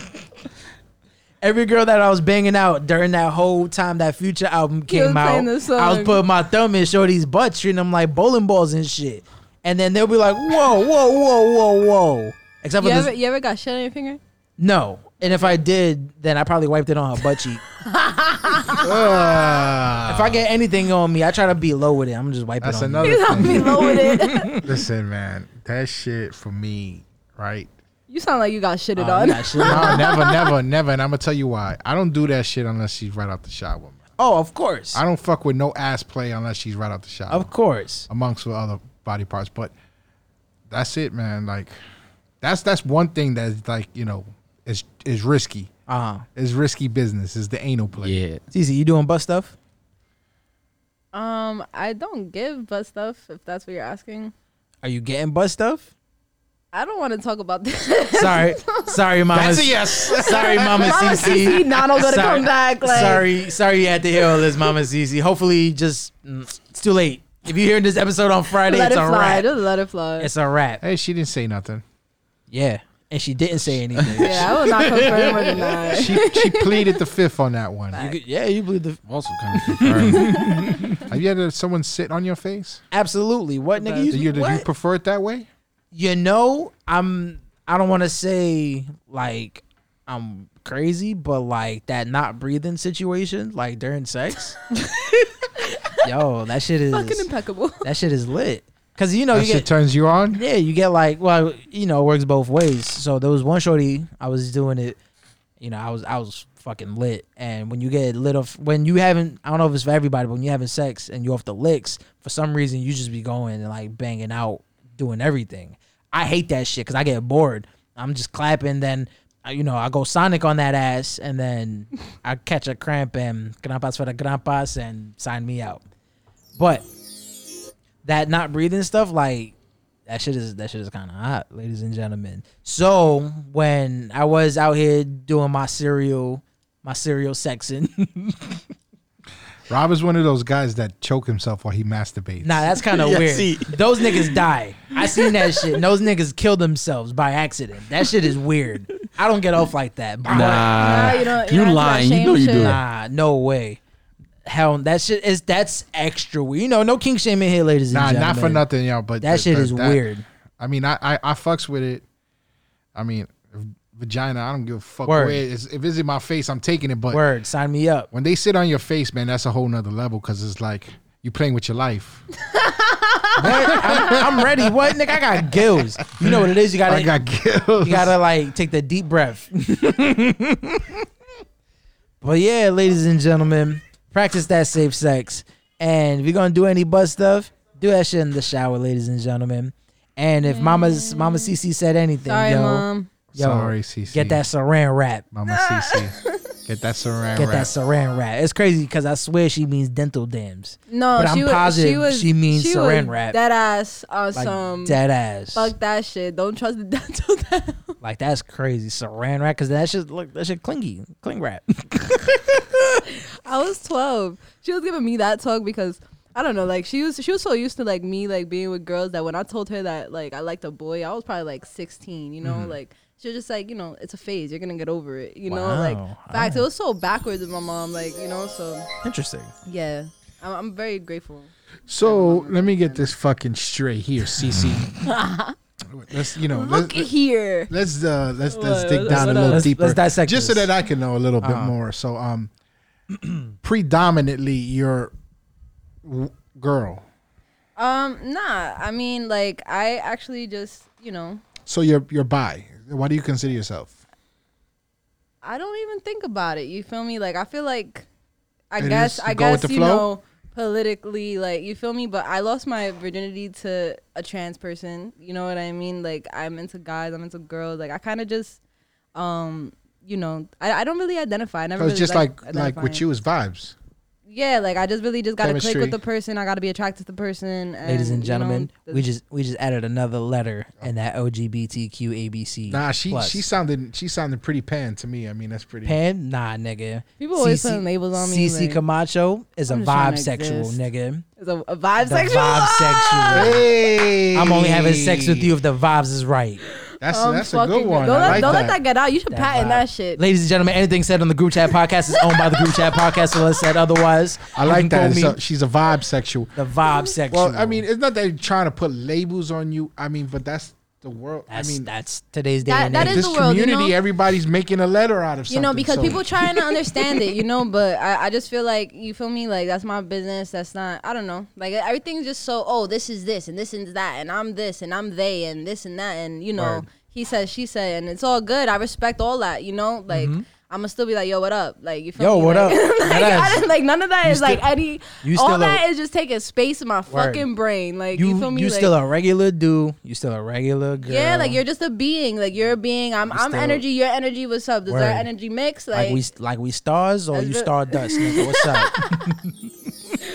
A: every girl that I was banging out during that whole time that Future album
D: was
A: came out,
D: playing this
A: I was
D: song.
A: putting my thumb in Shorty's butt, treating them like bowling balls and shit. And then they'll be like, "Whoa, whoa, whoa, whoa, whoa!" Except for
D: you
A: this,
D: ever you ever got shit on your finger?
A: no. And if I did, then I probably wiped it on her butt cheek.
C: Ah,
A: If I get anything on me, I try to be low with it. I'm just wiping.
C: that's
A: on you.
C: another
D: You sound
C: thing.
D: below with it.
C: Listen, man, that shit for me, right?
D: You sound like you got shitted
A: Oh,
D: on.
A: you got shit.
C: No, never, never, never. And I'm gonna tell you why. I don't do that shit unless she's right out the shower. Man.
A: Oh, of course.
C: I don't fuck with no ass play unless she's right out the shower,
A: Of course.
C: amongst with other body parts. But that's it, man. Like, that's that's one thing that's like you know is is risky.
A: Uh huh.
C: Is risky business. Is the anal play.
B: Yeah.
A: Easy. You doing butt stuff?
D: Um, I don't give butt stuff if that's what you're asking.
A: Are you getting butt stuff?
D: I don't want to talk about this.
A: Sorry, sorry, mama.
C: That's a yes.
A: Sorry, mama,
D: Mama
A: CC.
D: CC, Nano gonna
A: E Sorry.
D: come back. Like,
A: sorry, sorry, you had to hear all this, mama CC. Hopefully, just mm, it's too late. If you hear this episode on Friday,
D: let it
A: it's a
D: fly.
A: wrap.
D: Just let it fly.
A: It's a wrap.
C: Hey, she didn't say nothing.
A: Yeah, and she didn't say anything.
D: yeah, I will not confirm or deny.
C: She she pleaded the fifth on that one.
A: You could- yeah, you believe the
B: Also kind of confirmed.
C: Have you had someone sit on your face?
A: absolutely. What nigga?
C: Do you,
A: You,
C: did you
A: what?
C: prefer it that way?
A: you know, I'm. I don't want to say like I'm crazy, but like that not breathing situation, like during sex. yo, that shit is
D: Fucking impeccable.
A: that shit is lit. Cause you know
C: That
A: you
C: shit
A: get
C: turns you on.
A: yeah you get like well you know it works both ways. So there was one shorty I was doing it, you know I was I was fucking lit. And when you get lit off when you haven't I don't know if it's for everybody, but when you having sex and you off the licks for some reason you just be going and like banging out doing everything. I hate that shit because I get bored. I'm just clapping then. I- You know, I go Sonic on that ass, and then I catch a cramp and grandpas for the grandpas, and sign me out. But that not breathing stuff, like that shit is that shit is kind of hot, ladies and gentlemen. So when I was out here doing my serial, my serial sexing,
C: Rob is one of those guys that choke himself while he masturbates.
A: nah, that's kind of
B: Yeah,
A: weird.
B: see.
A: Those niggas die. I seen that shit. and Those niggas kill themselves by accident. That shit is weird. I don't get off like that. But
D: Nah,
B: nah.
D: you don't- you
B: you
D: don't have to
B: lying. You
D: shame
B: know you
D: shit.
B: do. it.
A: Nah, no way. Hell, that shit is that's extra weird. You know, no king shame in here, ladies
C: Nah,
A: and gentlemen.
C: not for nothing, y'all. But
A: That
C: the-
A: shit
C: the-
A: is
C: that-
A: weird.
C: I mean, I, I I fucks with it. I mean, vagina. I don't give a fuck
A: Word.
C: where it is. If it's in my face, I'm taking it. But
A: Word, sign me up.
C: when they sit on your face, man, that's a whole nother level because it's like you playing with your life.
A: I'm, I'm ready. What, nigga? I got gills. You know what it is. You gotta
C: I got killed.
A: You gotta like take the deep breath. but yeah, ladies and gentlemen, practice that safe sex. And if you're gonna do any butt stuff, do that shit in the shower, ladies and gentlemen. And if Mama's Mama CC said anything,
D: Mm. Sorry,
A: yo,
D: mom.
A: yo,
C: Sorry, CC.
A: get that saran wrap.
C: Mama CC. Get that saran
A: Get
C: wrap.
A: that saran wrap. It's crazy because I swear she means dental dams.
D: No,
A: But I'm
D: she was,
A: positive
D: she was.
A: she means
D: she
A: saran
D: was
A: wrap.
D: Dead ass on
A: Like
D: some.
A: dead ass.
D: Fuck that shit. Don't trust the dental. dam.
A: Like that's crazy. Saran wrap because that shit look that shit clingy, cling wrap.
D: I was twelve. She was giving me that talk because I don't know. Like she was, she was so used to like me like being with girls that when I told her that like I liked a boy, I was probably like sixteen. You know, like she was just like, you know, it's a phase. You're gonna get over it. You know,
A: Wow.
D: like facts. It was so backwards with my mom. Like you know, so
A: Interesting.
D: yeah, I'm, I'm very grateful.
C: So let me get this fucking straight here, CC. let's you know
D: Look
C: let's
D: here.
C: let's uh, let's let's
D: What?
C: dig down a
D: Let's-
C: little
A: let's-
C: deeper.
A: let's dissect
C: just so
A: this. Uh-huh.
C: that I can know a little bit more. So um, predominantly your w- girl.
D: Um, nah. I mean, like I actually just you know
C: So you're you're bi. Why do you consider yourself?
D: I don't even think about it. You feel me? Like I feel like I
C: It
D: guess
C: is-
D: I
C: you go with
D: guess
C: the
D: you
C: flow?
D: know politically like you feel me, but I lost my virginity to a trans person. You know what I mean? Like I'm into guys, I'm into girls. Like I kind of just um, you know, I, I don't really identify. I never
C: So it's
D: really
C: just like like,
D: identifying.
C: with you is vibes.
D: Yeah, like I just really just gotta click
C: Chemistry.
D: with the person. I gotta be attracted to the person. And,
A: Ladies and
D: you know,
A: gentlemen,
D: the-
A: we just we just added another letter in that LGBTQ ABC.
C: Nah, she
A: plus.
C: she sounded she sounded pretty pan to me. I mean, that's pretty.
A: Pan? Nah, nigga.
D: People always putting labels on me,
A: CC
D: like-
A: Camacho is a
D: I'm just trying
A: vibe
D: to
A: sexual,
D: exist.
A: nigga.
D: it's a, a vibe
A: The
D: sexual.
A: vibe sexual.
C: Hey,
A: I'm only having sex with you if the vibes is right.
C: That's
D: Um,
C: that's a
D: fucking
C: good one.
D: Don't,
C: I
D: let,
C: like
D: don't
C: that.
D: let that get out. You should
A: vibe.
D: patent that shit.
A: Ladies and gentlemen, anything said on the group chat podcast is owned by the group chat podcast unless said otherwise.
C: I
A: You
C: like
A: can
C: that.
A: call
C: It's
A: me
C: a- she's a vibe sexual.
A: the vibe sexual.
C: Well, I mean, it's not that you're trying to put labels on you. I mean, but that's the world.
A: that's
C: I mean,
A: that's today's day
D: That-
A: and
D: that
A: age.
D: is
C: this
D: the world, you
C: community,
D: know?
C: everybody's making a letter out of
D: you
C: something.
D: know, because
C: so-
D: people trying to understand it, you know, but I, I just feel like you feel me, like that's my business. That's not I don't know. Like everything's just so oh, this is this and this is that and I'm this and I'm they and this and that and you know,
C: Word.
D: he said, she said, and it's all good. I respect all that, you know? Like I'ma still be like, yo, what up? Like you feel
A: Mm-hmm. Yo,
D: me?
A: what
D: Like-
A: up?
D: like,
A: That
D: I
A: is-
D: didn't- like none of that
A: you
D: is like
A: still-
D: any
A: you
D: all
A: still
D: that
A: a-
D: is just taking space in my fucking brain. Like you,
A: you
D: feel
A: you,
D: me? like,
A: still a regular dude. You still a regular girl.
D: yeah, like you're just a being. Like you're a being. I'm I'm
A: still-
D: energy, your energy, what's up? Does
A: Word.
D: our energy mix?
A: like, we like we stars or
D: That's
A: you
D: real-
A: stardust. nigga. What's up?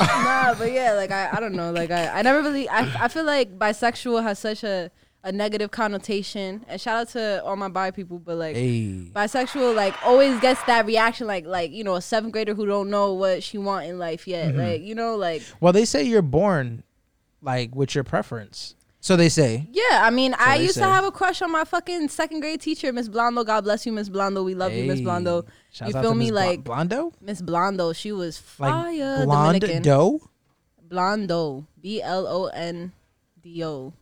D: nah, but yeah, like I, I don't know, like I, I never really, I, I feel like bisexual has such a, a negative connotation. And shout out to all my bi people, but like
A: hey,
D: bisexual, like always gets that reaction, like like you know a seventh grader who don't know what she want in life yet,
A: Mm-hmm.
D: like you know, like
A: well they say you're born like with your preference. So they say.
D: yeah. I mean, I
A: they
D: used
A: say.
D: to have a crush on my fucking second grade teacher, Miss Blondo. God bless you, Miss Blondo. We love you, Miss
A: Hey.
D: Blondo.
A: Shouts
D: you
A: out
D: feel
A: to
D: me,
A: Ms. Bl-
D: like
A: Blondo?
D: Miss Blondo? She was
A: Like
D: fire
A: blonde
D: Dominican.
A: dough?
D: Blondo, B L O N D O.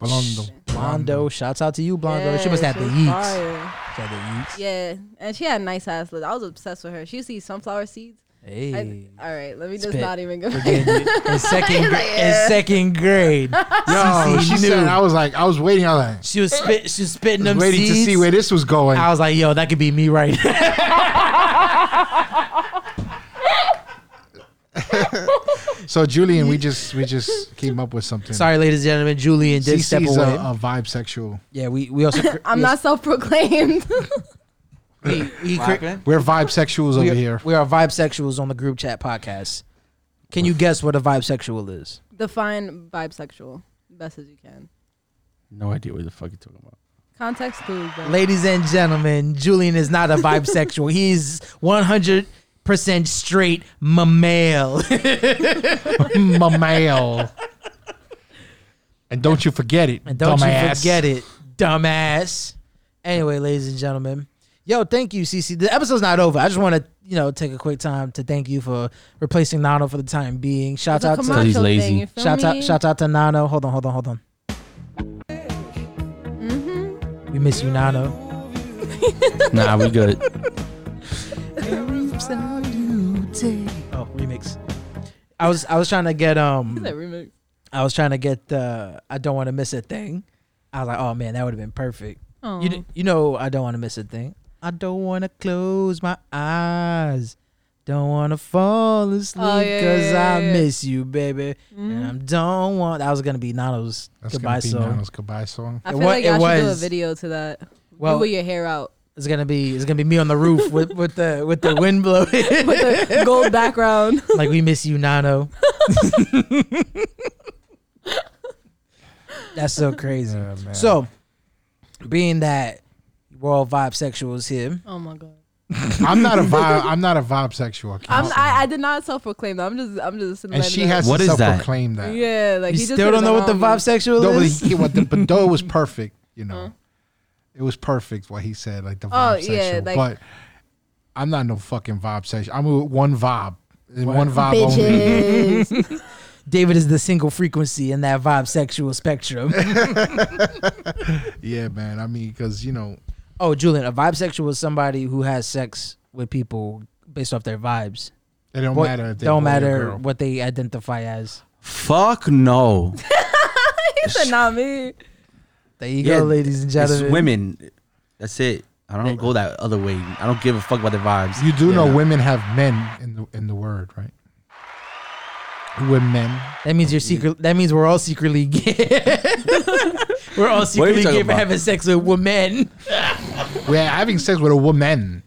C: Blondo.
A: Blondo. Shouts out to you, Blondo. she must have the
D: was
A: yeeks. She
D: fire.
A: had the yeeks.
D: Yeah, and she had nice ass lips. I was obsessed with her. She used to eat sunflower seeds.
A: Hey.
D: I- all right, let me just
A: Spit.
D: not even go.
A: Virginia, in second, gra-
D: yeah.
A: in second grade,
C: Yo, she said. I was like, I was waiting. I was like,
A: she was spit, she was spitting them
C: waiting to
A: seeds.
C: see where this was going.
A: I was like, "Yo, that could be me right now."
C: So Julian, we just we just came up with something.
A: Sorry, ladies and gentlemen, Julian did step
C: CC's a,
A: away.
C: a vibe sexual.
A: yeah, we we also cr-
D: I'm not self-proclaimed.
A: we, we, cr-
C: We're vibe sexuals
A: we,
C: over
A: are,
C: here.
A: we are vibe sexuals on the group chat podcast. Can you guess what a vibe sexual is?
D: Define bisexual best as you can.
B: No idea what the fuck you're talking about.
D: Context clues. though.
A: Ladies and gentlemen, Julian is not a vibe sexual. He's 100 percent straight mammal.
C: My male. And don't you forget it,
A: And don't
C: dumbass.
A: you forget it, dumbass. Anyway, ladies and gentlemen, yo, thank you, CC. The episode's not over. I just want to, you know, take a quick time to thank you for replacing Nano for the time being. Shout
D: It's a
A: out
D: Camacho
A: to
B: 'Cause he's lazy.
D: thing, you feel
A: shout out
D: me?
A: shout out to Nano. Hold on, hold on, hold on.
D: Mm-hmm.
A: We miss you, Nano.
B: Nah, we good.
A: Oh, remix. I was I was trying to get um
D: Is that remix?
A: I was trying to get the I don't want to miss a thing. I was like, oh man, that would have been perfect. You
D: Aw.
A: d- you know I don't want to miss a thing. I don't want to close my eyes. Don't want to fall asleep
D: Oh, yeah,
A: cuz
D: yeah,
A: I
D: yeah, Mm-hmm. yeah.
A: miss you, baby. And I don't want that was going to be Nano's
C: That's
A: goodbye
C: gonna be
A: song.
C: Nano's goodbye song.
D: I
A: It
D: feel
A: wa-
D: like
A: it
D: y'all should do a
A: was-
D: video to that.
A: Well-
D: Well, with your hair out,
A: It's going to be it's going to be me on the roof with with the with the wind blowing.
D: with a gold background.
A: like we miss you, Nano. That's so crazy.
C: Yeah, man.
A: So, being that we're all vibe sexuals here,
D: Oh my god.
C: I'm not a vibe. I'm not a vibe sexual. I can't
D: I'm,
C: say that.
D: I, I did not self-proclaim. that. I'm just I'm just.
C: and
D: letting
C: she
D: that-
C: has
B: What
C: to
B: is that?
C: self-proclaim that.
D: Yeah, like
A: you
D: he just
A: still
D: put
A: don't
D: it
A: know what the
D: around me.
A: vibe sexual
C: No, but,
A: is.
C: he, what the, but though it was perfect, you know. It was perfect what he said, like the vibe
D: Uh-huh. Oh, yeah,
C: sexual.
D: like-
C: but I'm not no fucking vibe sexual. I'm with one vibe. And one vibe only.
D: Bitches.
A: David is the single frequency in that vibe sexual spectrum.
C: Yeah, man. I mean, because, you know,
A: oh, Julian, a vibe sexual is somebody who has sex with people based off their vibes.
C: it don't
A: What-
C: matter. If they
A: don't
C: boy or
A: matter
C: girl.
A: what they identify as.
B: Fuck no.
D: he said not me.
A: There you
B: Yeah,
A: go, ladies and gentlemen.
B: It's women. That's it. I don't go that other way. I don't give a fuck about the vibes.
C: You do
B: Yeah.
C: know women have men in the in the word, right? Women.
A: That means you're secret. That means we're all secretly gay. we're all
B: you
A: secretly
B: talking
A: gay for
B: about?
A: having sex with women.
C: We're having sex with a woman.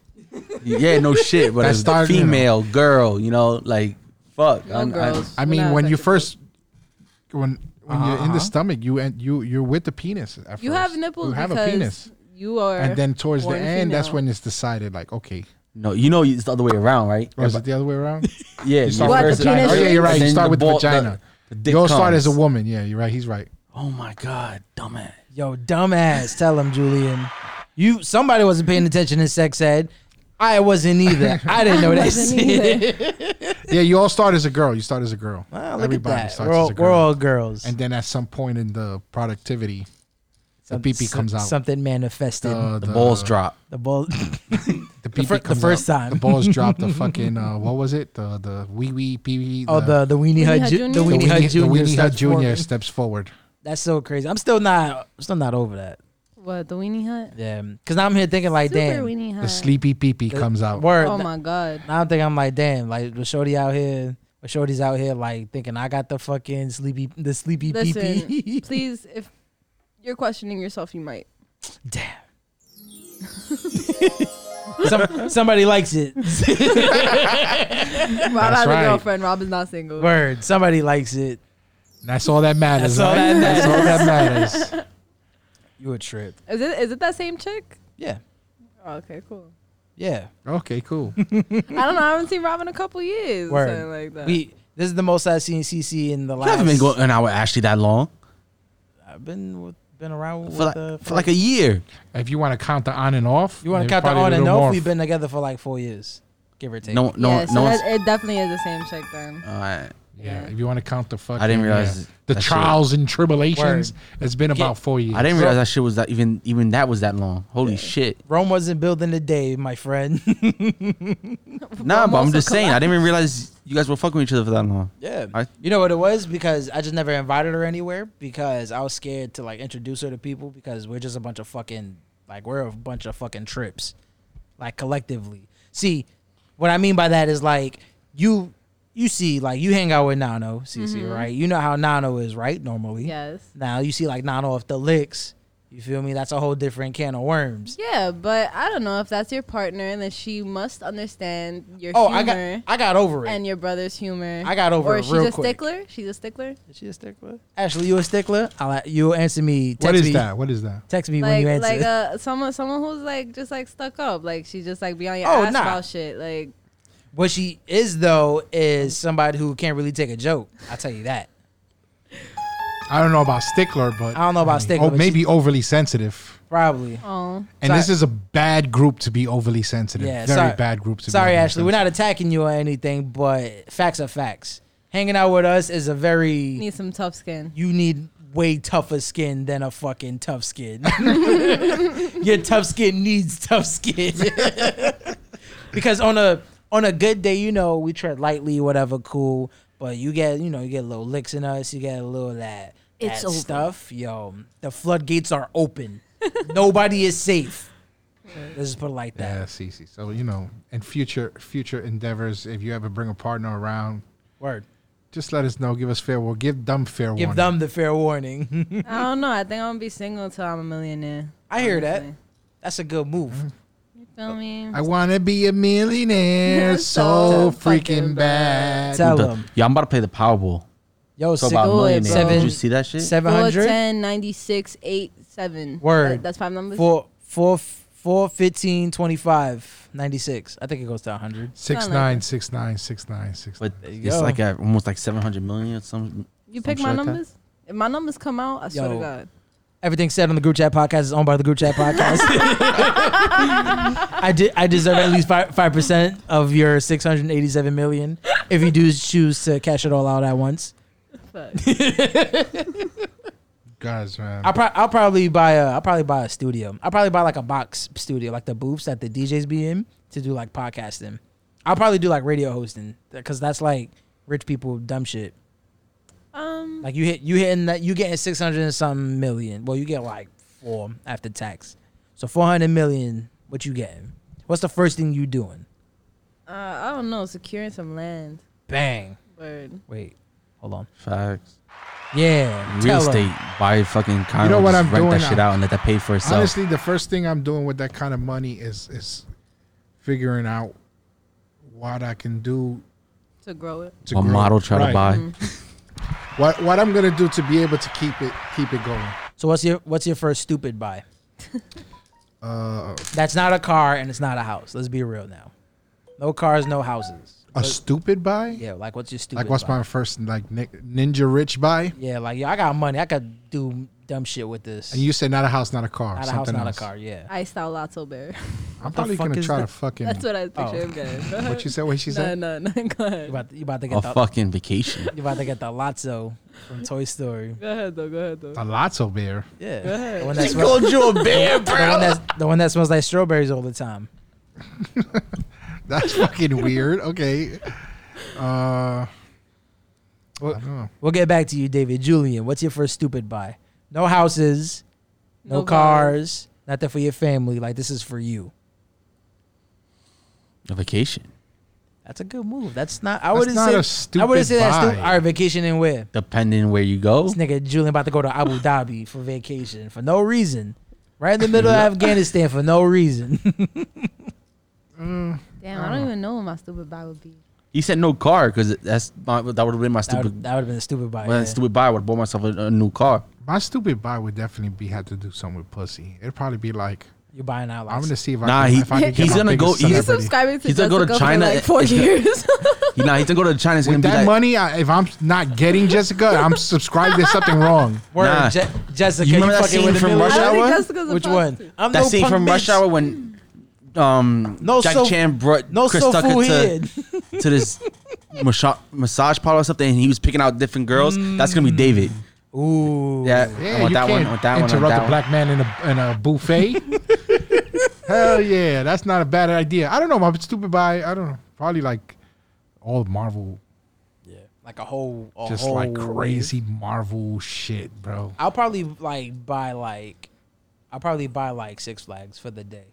B: Yeah, no shit. But
C: That's
B: as a
C: dark, you know.
B: female girl, you know, like fuck.
D: No
B: I'm- I'm-
D: girls.
C: I mean,
D: Without
C: when you
D: sexual-
C: first, when when you're in the stomach, you and you you're with the penis. At
D: Uh-huh. you
C: first.
D: have nipples
C: You have a
D: because
C: penis,
D: you are.
C: and then towards the
D: born
C: end, that's
D: female.
C: when it's decided. Like, okay,
B: no, you know, it's the other way around, right?
C: or is it the other way around?
B: Yeah, you
C: start
D: with
B: first
D: the
B: vagina.
D: penis
B: Oh, yeah, you're right.
C: You
B: Then
C: start with the
B: ball-
C: vagina.
B: the dick
C: You all start as a
B: comes.
C: woman. Yeah, you're right. He's right.
B: Oh my god, dumbass.
A: Yo, dumbass, tell him, Julian. You somebody wasn't paying attention in sex ed. I wasn't either. I didn't know that
D: wasn't
A: shit.
C: Yeah, you all start as a girl. You start as a girl.
A: Wow, look at that. We're all, we're all girls.
C: and then at some point in the productivity,
A: Some-
C: the PP
A: some-
C: comes out.
A: Something manifested.
C: the,
B: The balls drop.
A: the ball.
C: The, PP
A: fir- the
C: comes
A: first
C: out.
A: time.
C: the balls drop. The fucking uh, what was it? The the wee wee pee wee.
A: oh, the the weenie hut.
D: Hut
A: Ju-
D: Junior?
A: the
D: The
A: weenie hut junior.
C: Weenie Hut
A: starts
C: Junior
A: forming.
C: steps forward.
A: That's so crazy. I'm still not. I'm still not over that.
D: What the weenie hut?
A: Yeah, because now I'm here thinking like,
D: Super
A: damn.
D: weenie hut.
C: The sleepy pee pee
A: the-
C: comes out.
A: Word.
D: Oh my god.
A: Now I'm thinking I'm like, damn. Like the shorty out here. The shorty's out here like thinking I got the fucking sleepy. The sleepy
D: Listen,
A: PP.
D: please, if you're questioning yourself, you might.
A: damn. Some, somebody likes it.
D: Rob
C: That's
D: has
C: right.
D: a girlfriend. Rob is not single.
A: Word. Somebody likes it.
C: That's all that matters.
A: That's all
C: right?
A: that
C: That's all that matters.
A: You a trip.
D: Is it? Is it that same chick?
A: Yeah.
D: Oh, okay, cool.
A: Yeah.
C: Okay, cool.
D: I don't know. I haven't seen Rob in a couple years.
A: Word.
D: Or something like that.
A: We. This is the most I've seen CC in the
B: You
A: last.
B: haven't been going an hour Ashley that long
A: I've been with, been around with
B: for like,
A: uh,
B: for like a year.
C: if you want to count the on and off,
A: You want to
C: it's
A: count the
C: probably a
A: on and
C: little
A: off?
C: more.
A: We've been together for like four years, give or take.
B: No, no,
D: yeah, so
B: no. one's-
D: that, it definitely is the same chick then.
B: Alright.
C: Yeah, if you want to count the fucking.
B: I didn't realize
C: yeah, the
B: that shit-
C: trials and tribulations.
A: Word.
C: It's been about four years.
B: I didn't
A: So-
B: realize that shit was that even even that was that long. Holy shit!
A: Rome wasn't built in a day, my friend.
B: Nah, but I'm
D: also
B: just saying I didn't even realize you guys were fucking with each other for that long.
A: yeah.
B: I-
A: you know what it was? Because I just never invited her anywhere because I was scared to like introduce her to people because we're just a bunch of fucking like we're a bunch of fucking trips. Like collectively. See, what I mean by that is like you you see, like you hang out with Nano, CC,
D: Mm-hmm.
A: right? You know how Nano is, right? Normally.
D: Yes.
A: Now you see like Nano off the licks. You feel me? That's a whole different can of worms.
D: Yeah, but I don't know if that's your partner, then she must understand your
A: Oh,
D: humor
A: I got I got over it.
D: and your brother's humor.
A: I got over
D: or
A: it
D: she's
A: real
D: a
A: quick.
D: stickler. She's a stickler.
A: Is she a stickler? Ashley, you a stickler? I'll you answer me. Text
C: What is
A: me,
C: that? What is that?
A: Text me when
D: Like
A: you answer.
D: like uh someone someone who's like just like stuck up. Like she's just like beyond your
A: Oh,
D: ass
A: nah.
D: about shit. Like
A: what she is though is somebody who can't really take a joke. I'll tell you that.
C: I don't know about stickler, but
A: I don't know about stickler,
C: Oh,
A: but
C: maybe overly sensitive.
A: Probably.
D: oh
C: And
A: Sorry.
C: this is a bad group to be overly sensitive.
A: Yeah,
C: Very
A: sorry.
C: bad group to
A: Sorry,
C: be.
A: Ashley. We're not attacking you or anything, but facts are facts. Hanging out with us is a very
D: need some tough skin.
A: you need way tougher skin than a fucking tough skin. Your tough skin needs tough skin. because on a on a good day, you know, we tread lightly, whatever, cool. But you get, you know, you get a little licks in us, you get a little of that,
D: It's
A: that
D: over.
A: stuff. Yo, the floodgates are open. Nobody is safe. Let's just put it like that.
C: Yeah, see, see. So you know, in future future endeavors, if you ever bring a partner around,
A: Word.
C: just let us know. Give us fair. warning. give them fair
A: Give
C: warning.
A: them the fair warning.
D: I don't know. I think I'm gonna be single until I'm a millionaire.
A: I hear that.
D: honestly.
A: That's a good move.
D: You feel me?
C: I wanna be a millionaire
D: So
C: so freaking
D: fucking
C: bad.
D: bad.
A: Tell
B: The-
A: them.
B: Yeah, I'm about to play the Powerball.
A: Yo,
B: So
A: six,
B: about
D: Sick boy,
B: millionaire.
A: bro.
B: Did you see that shit?
A: 700?
D: 410, 96, 8, 7.
A: Word.
D: That- that's five numbers?
A: Four, four, four, 15, 25, 96. I think it goes to 100.
C: Six
D: Sound like
C: nine
D: it.
C: six nine six nine six.
B: But
A: There you
B: it's
A: go.
B: like a, almost like 700 million or something.
D: You
B: Some
D: pick my
B: shit like that.
D: numbers? If my numbers come out, I swear
A: Yo.
D: to God.
A: Everything said on the group chat podcast is owned by the group chat podcast. I did. I deserve at least five percent of your six hundred eighty-seven million if you do choose to cash it all out at once.
D: Fuck.
C: Guys, man.
A: I'll, pro- I'll probably buy a. I'll probably buy a studio. I'll probably buy like a box studio, like the booths that the DJs be in to do like podcasting. I'll probably do like radio hosting because that's like rich people dumb shit.
D: um,
A: Like you hit you hitting that you getting six hundred and something million. Well, you get like four after tax. So four hundred million. What you getting? What's the first thing you doing?
D: uh, I don't know. Securing some land.
A: Bang.
D: Word.
A: Wait, hold on.
B: Facts.
A: Yeah. tell
B: Real
A: her.
B: estate, buy fucking condos,
C: know what
B: just
C: I'm
B: rent
C: doing?
B: that shit out and let that pay for itself.
C: Honestly, the first thing I'm doing with that kind of money is is figuring out what I can do
D: to grow it.
C: to
B: what
C: grow.
B: model try
C: Right.
B: to buy?
C: What what I'm gonna do to be able to keep it keep it going.
A: So what's your what's your first stupid buy?
C: Uh,
A: That's not a car and it's not a house. Let's be real now. No cars, no houses.
C: a stupid buy.
A: Yeah, like what's your stupid?
C: Like what's
A: buy?
C: my first like ni- ninja rich buy?
A: Yeah, like yeah, I got money. I could do dumb shit with this.
C: And you said not a house, not a car.
A: not a house,
C: something
A: not a
C: else.
A: car. Yeah.
D: I style Lotso Bear.
C: I'm
A: the
C: probably
A: fuck
C: gonna
A: is
C: try
A: that?
C: to fucking.
D: That's what I picture
A: Oh.
D: him getting.
C: what you said? What she
D: No,
C: said?
D: no, no. Go
A: You
D: ahead.
A: about to, you about to
C: Oh,
A: get
B: A
A: the
B: fucking vacation.
A: you about to get the Lotso from Toy Story.
D: Go ahead though. Go ahead though.
C: A lotto bear.
A: Yeah.
D: ahead.
A: The one, that smell-
B: you a bear,
A: the one that's the one that smells like strawberries all the time.
C: That's fucking weird. Okay. Uh, I
A: Well-
C: don't know.
A: We'll get back to you, David. Julian, what's your first stupid buy? No houses, no,
D: No
A: cars, nothing for your family. Like this is for you.
B: A vacation.
A: That's a good move. That's not. I
C: That's
A: wouldn't
C: not
A: say.
C: a
A: I wouldn't
C: stupid
A: say that's stupid.
C: buy.
A: All right, vacation and where?
B: Depending where you go,
A: This nigga Julian about to go to Abu Dhabi for vacation for no reason. Right in the middle of Afghanistan for no reason.
C: Mm,
D: Damn, I don't even know what my stupid buy would be.
B: he said no car because that's my, that would have been my
A: that
B: stupid.
A: would have been a stupid buy.
B: my
A: yeah.
B: stupid buy would have bought myself a, a new car.
C: my stupid buy would definitely be had to do something with pussy. It'd probably be like
A: You're buying out.
C: I'm
A: lots.
C: gonna see if I
B: Nah,
C: can,
B: he-
C: if I can get
B: he's
C: my
B: gonna
C: biggest
B: go eat.
D: He's
B: He's
C: celebrity.
D: subscribing to
B: He's gonna go to
D: Jessica for
B: China and-
D: like four
B: he's gonna-
D: years.
B: You know, he's gonna go to China. It's
C: With
B: gonna be
C: that
B: like
C: money, I, if I'm not getting Jessica, I'm subscribed. There's something wrong.
A: Word,
B: Nah.
A: Je- Jessica,
B: You
A: you,
B: remember that
A: fucking
B: scene
A: with a
B: from
A: million-
B: Rush
D: I don't think
B: Hour?
D: Jessica's a
A: Which one?
D: prostitute.
A: I'm
B: that
A: no
B: scene from
A: punk
B: Rush
A: bitch.
B: Hour when um
A: No
B: Jack
A: soul-
B: Chan brought
A: No
B: Chris
A: soul
B: Tucker
A: food
B: to, to this massa- massage parlor or something, and he was picking out different girls. That's gonna be David.
A: Ooh.
B: Yeah, I
C: Mm. Yeah,
B: want
C: you
B: that
C: can't
B: one. I want that one. I
C: interrupt
B: want
C: a
B: that one.
C: black man in a in a buffet. Hell yeah, that's not a bad idea. I don't know, my stupid buy. I don't know, probably like all Marvel,
A: Yeah. Like a whole. A
C: just
A: whole
C: like crazy Marvel shit, bro.
A: I'll probably like buy like, I'll probably buy like Six Flags for the day.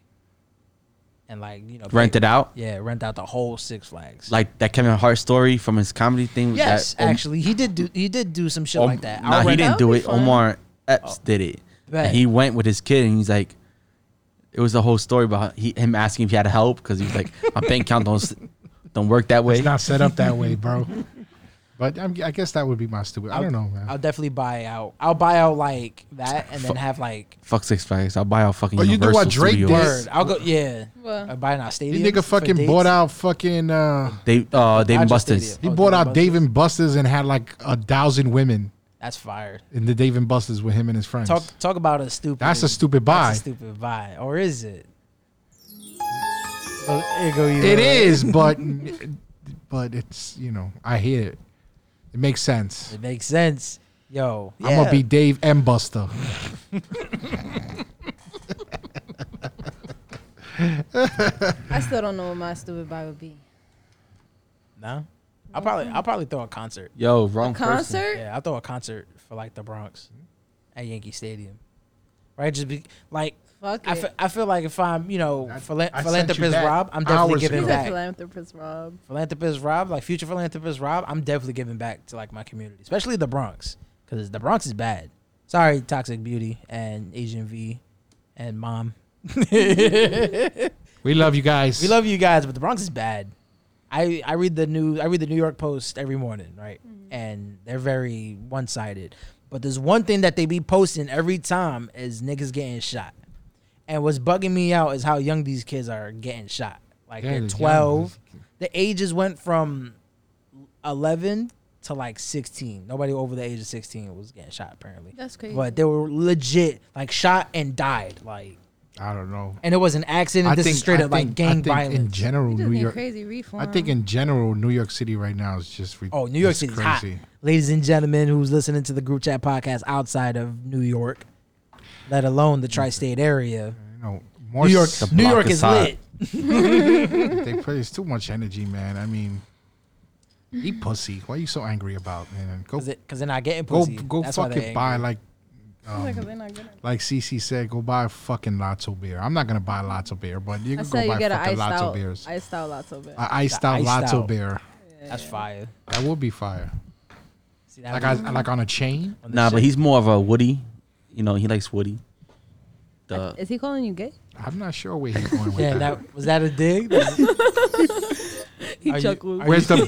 A: And like you know, pay-
B: Rent it out.
A: Yeah, rent out the whole Six Flags.
B: Like that Kevin Hart story from his comedy thing.
A: yes,
B: that, Om-
A: actually, he did do he did do some shit
B: Om-
A: like that. Oh.
B: Nah,
A: I'll
B: he
A: rent
B: didn't
A: out-
D: That
B: do
D: would be
B: it.
D: fun.
B: Omar Epps did it.
A: Bet.
B: And he went with his kid, and he's like, it was the whole story about he, him asking if he had help because he was like, my bank account don't s- don't work that way.
C: It's not set up that way, bro. But I'm, I guess that would be my stupid. I don't know, man.
A: I'll definitely buy out. I'll buy out like that, and then have like
B: Fuck Six Flags. I'll buy out fucking.
C: Oh, you do
B: Universal
C: what Drake
B: Studios.
C: did?
A: word. I'll go. Yeah,
D: What?
A: I buy out stadium.
C: This nigga fucking bought out fucking. Uh,
B: They uh Dave and Buster's.
C: he bought out Dave and Buster's and had like a thousand women
A: That's fire.
C: in the Dave and Buster's with him and his friends.
A: Talk talk about a stupid.
C: That's a stupid buy.
A: That's a stupid buy, or is it? Well, it go either
C: It
A: way.
C: is, but but it's you know I hear it. It makes sense.
A: It makes sense. Yo,
C: I'm
A: yeah.
C: gonna be Dave M Buster.
D: I still don't know what my stupid buy would be.
A: No, I'll probably I'll probably throw a concert.
B: Yo, wrong person.
D: Concert?
A: Yeah, I'll throw a concert for like the Bronx at Yankee Stadium. Right, just be like
D: Fuck
A: I
D: it.
A: fe- I feel like if I'm you know
C: I-
A: phila-
C: I sent you
A: philanthropist
C: that
A: Rob, I'm definitely
C: hours
A: giving
D: He's
C: ago.
D: a
A: back.
D: philanthropist, Rob.
A: Philanthropist Rob, like future philanthropist Rob, I'm definitely giving back to like my community, especially the Bronx, because the Bronx is bad. Sorry, Toxic Beauty and Asian V, and Mom.
C: We love you guys.
A: We love you guys, but the Bronx is bad. I, I read the news. I read the New York Post every morning, right? And they're very one sided. But there's one thing that they be posting every time is niggas getting shot. And what's bugging me out is how young these kids are getting shot. Like
C: Yeah, they're
A: they're
C: young.
A: 12. The ages went from 11 to like 16. Nobody over the age of 16 was getting shot apparently.
D: That's crazy.
A: But they were legit like shot and died like
C: I don't know.
A: and it was an accident. This is straight
C: I
A: up like
C: think-
A: gang
C: I think
A: violence.
C: In general,
D: You just
C: New
D: need
C: York.
D: crazy reform.
C: I think in general, New York City right now is just re-
A: Oh, New York
C: it's
A: City's hot. Ladies and gentlemen who's listening to the group chat podcast outside of New York, let alone the tri state area.
C: You know, more
A: New York
C: s-
A: New
B: block
A: York
B: is
A: is
B: hot.
A: lit.
C: they put it's too much energy, man. I mean, eat pussy. Why are you so angry about, man? Go
A: Cause, it, cause they're not getting
C: go
A: pussy.
C: go
A: That's why they
C: fucking
A: angry.
C: buy like
D: Yeah,
C: um,
D: 'cause they're not good at it.
C: Like CC said, go buy a fucking Lotso beer. I'm not gonna buy a Lotso beer, but you
D: I
C: can
D: said
C: go
D: you
C: buy
D: get an iced
C: fucking Lotso
D: out,
C: beers. I
D: iced out Lotso bit.
C: iced
A: The
C: out
A: iced
C: Lotso
A: out.
C: beer.
A: That's fire.
C: That would be fire.
A: See, that
C: Like I
A: was-
C: like on a chain.
A: on this
B: Nah, but
A: shit.
B: he's more of a Woody. You know, he likes Woody. The
D: Is he calling you gay?
C: I'm not sure where he's going with
A: yeah.
C: that.
A: That was that a dig? That's-
D: He
A: Are you-
D: chuckled.
A: are
C: Where's the?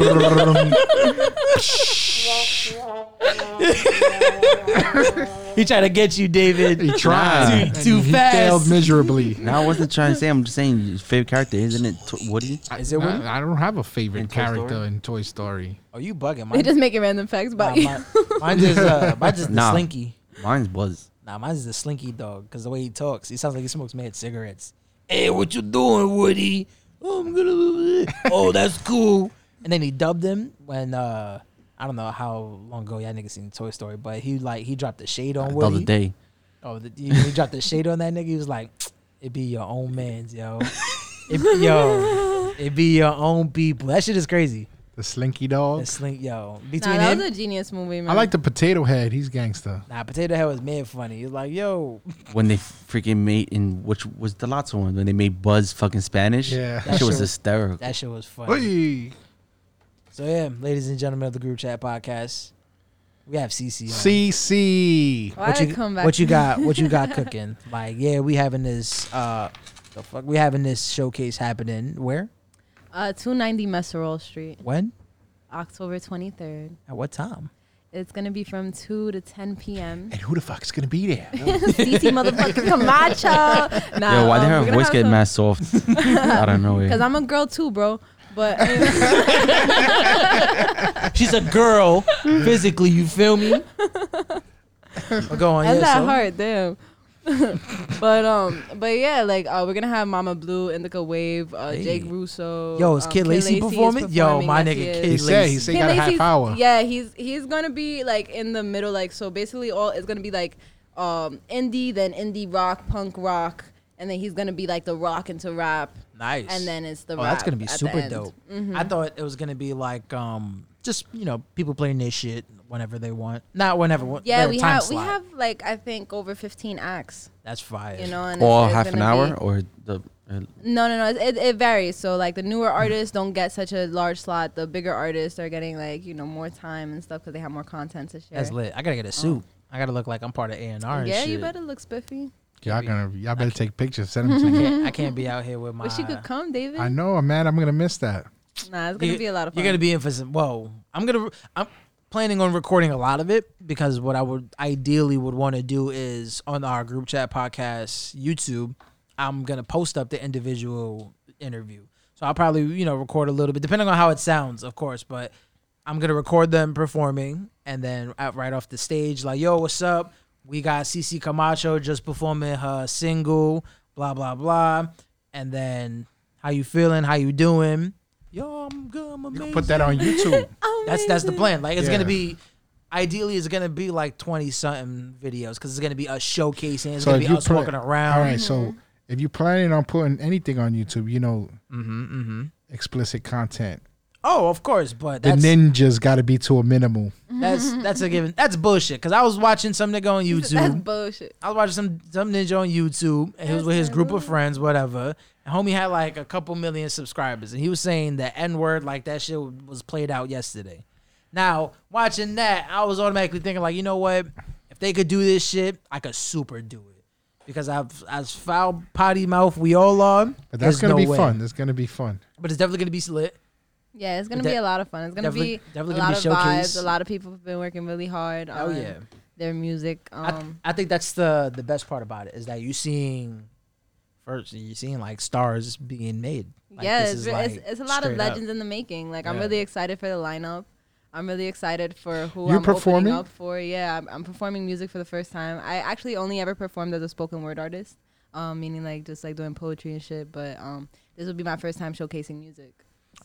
A: he tried to get you, David.
C: he tried.
B: Too-
C: and
A: too
C: he
A: fast.
C: Failed miserably.
B: now I wasn't trying to say. I'm just saying his favorite character isn't it Tw- Woody?
A: Is it? Woody?
C: I, I don't have a favorite
B: In Toy
C: character
B: Story?
C: in Toy Story.
A: Oh, you bugging?
D: They
A: Mine,
D: just making random facts
A: nah,
D: about you.
A: mine, mine's just uh, mine's just the
B: Nah.
A: slinky.
B: Mine's Buzz.
A: Nah, mine's the slinky dog because the way he talks, he sounds like he smokes mad cigarettes. Hey, what you doing, Woody? Oh, I'm gonna. oh, that's cool. And then he dubbed him when uh, I don't know how long ago y'all niggas seen Toy Story, but he like he dropped the shade on
B: The
A: Woody.
B: other day,
A: Oh, the, he, he dropped the shade on that nigga. He was like, "It be your own man's, yo. It, yo, it be your own people." That shit is crazy.
C: The Slinky Dog.
A: It's slink, yo.
D: Nah,
A: Between
D: that
A: him,
D: was a genius movie, man.
C: I like the Potato Head. He's gangster.
A: nah, Potato Head was mad funny. He's like, "Yo,
B: when they freaking made in which was the lotso one when they made Buzz fucking Spanish.
C: Yeah.
B: that shit was
A: That shit-
B: hysterical.
A: that shit was funny."
C: Hey,
A: So yeah, ladies and gentlemen of the group chat podcast, we have CC. On.
C: CC.
D: Why
A: what
D: did
A: you
D: I come back?
A: what you
D: to-
A: got? What you got cooking? Like, yeah, we having this. uh The fuck, we having this showcase happening. Where?
D: Uh, 290 Messerol Street,
A: When?
D: October 23rd.
A: At what time?
D: It's gonna be from 2 to 10 p.m.
C: And who the fuck is gonna be there?
D: CC motherfucking Camacho. Nah, um,
B: Yo, why did her voice get
D: mad?
B: mad soft? I don't know.
D: Because
B: It.
D: I'm a girl too, bro. But
A: She's a girl, physically. You feel me? But go on. Oh,
D: That's
A: yeah,
D: that
A: so-
D: hard, damn. but um, but yeah, like uh, we're gonna have Mama Blue, Indica Wave, uh, Jake
A: Hey.
D: Russo.
A: Yo, is
D: um,
A: Kid Lacy
D: is
A: performing? Yo, my nigga,
D: Yes, he is.
A: Kid
C: He said
A: Lacy.
C: he said he got a half
D: Lacy's-
C: hour.
D: Yeah, he's he's gonna be like in the middle, like so. Basically, all it's gonna be like um indie, then indie rock, punk rock, and then he's gonna be like the rock into rap,
A: Nice.
D: and then it's the
A: oh,
D: rap.
A: that's gonna be
D: at the
A: super
D: end. Mm-hmm.
A: dope. I thought it was gonna be like um just you know people playing their shit whenever they want, not whenever. wh-
D: Yeah,
A: their
D: we
A: time
D: have we
A: slot.
D: have like I think over 15 acts,
A: That's fire.
D: you know, and it's-
B: Or
D: it's
B: half an
D: gonna
B: hour
D: be-
B: or the. Uh,
D: No, no, no. It, it, it varies. So like the newer artists don't get such a large slot. The bigger artists are getting like you know more time and stuff because they have more content to share.
A: That's lit. I gotta get a suit. I gotta look like I'm part of A and R.
D: Oh. yeah,
A: shit.
D: you better look spiffy.
C: Y'all gonna y'all better take pictures. Send them to me.
A: Can't- I can't be out here with my.
D: Wish you could come, David.
C: I know, man. I'm gonna miss that.
D: Nah, it's gonna
A: You-
D: be a lot of fun.
A: You're gonna be in for some. Whoa, I'm gonna. I'm planning on recording a lot of it because what I would ideally would want to do is on our group chat podcast YouTube, I'm gonna post up the individual interview. So I'll probably you know record a little bit depending on how it sounds, of course, but. I'm gonna record them performing, and then out right off the stage, like, "Yo, what's up? We got CC Camacho just performing her single, blah blah blah." And then, how you feeling? How you doing? Yo, I'm good. I'm amazing.
C: Put that on YouTube.
A: That's that's the plan. Like, it's gonna
C: Yeah.
A: be. Ideally, it's gonna be like twenty something videos because it's gonna be us showcasing. It's
C: So
A: gonna
C: if
A: be
C: you
A: us
C: put-
A: walking around. Mm-hmm.
C: All right, so if you're planning on putting anything on YouTube, you know,
A: Mm-hmm,
C: explicit content.
A: Oh, of course, but that's
C: the ninjas got to be to a minimum.
A: that's that's a given. That's bullshit. Because I was watching some nigga on
D: That's
A: YouTube.
D: bullshit.
A: I was watching some some ninja on YouTube, and he was with his group of friends, whatever. And homie had like a couple million subscribers, and he was saying the N word like that shit was played out yesterday. Now watching that, I was automatically thinking like, you know what? If they could do this shit, I could super do it because I've as foul potty mouth we all are.
C: But that's
A: there's
C: gonna
A: no
C: be
A: way.
C: fun. That's gonna be fun.
A: But it's definitely gonna be slit.
D: Yeah, it's gonna
A: De-
D: be a lot of fun. It's gonna
A: definitely-
D: be
A: definitely
D: a
A: gonna
D: lot
A: be
D: of
A: showcase.
D: vibes. A lot of people have been working really hard.
A: Oh,
D: on
A: yeah.
D: Their music.
A: I, th-
D: Um,
A: I think that's the the best part about it is that you seeing first you seeing like stars being made. Like,
D: yeah,
A: this
D: it's,
A: is,
D: re-
A: like,
D: it's, it's a lot of
A: straight up.
D: legends in the making. Like I'm
A: Yeah.
D: really excited for the lineup. I'm really excited for who
C: You're
D: I'm
C: performing?
D: opening up for. Yeah, I'm, I'm performing music for the first time. I actually only ever performed as a spoken word artist, um, meaning like just like doing poetry and shit. But um, this will be my first time showcasing music.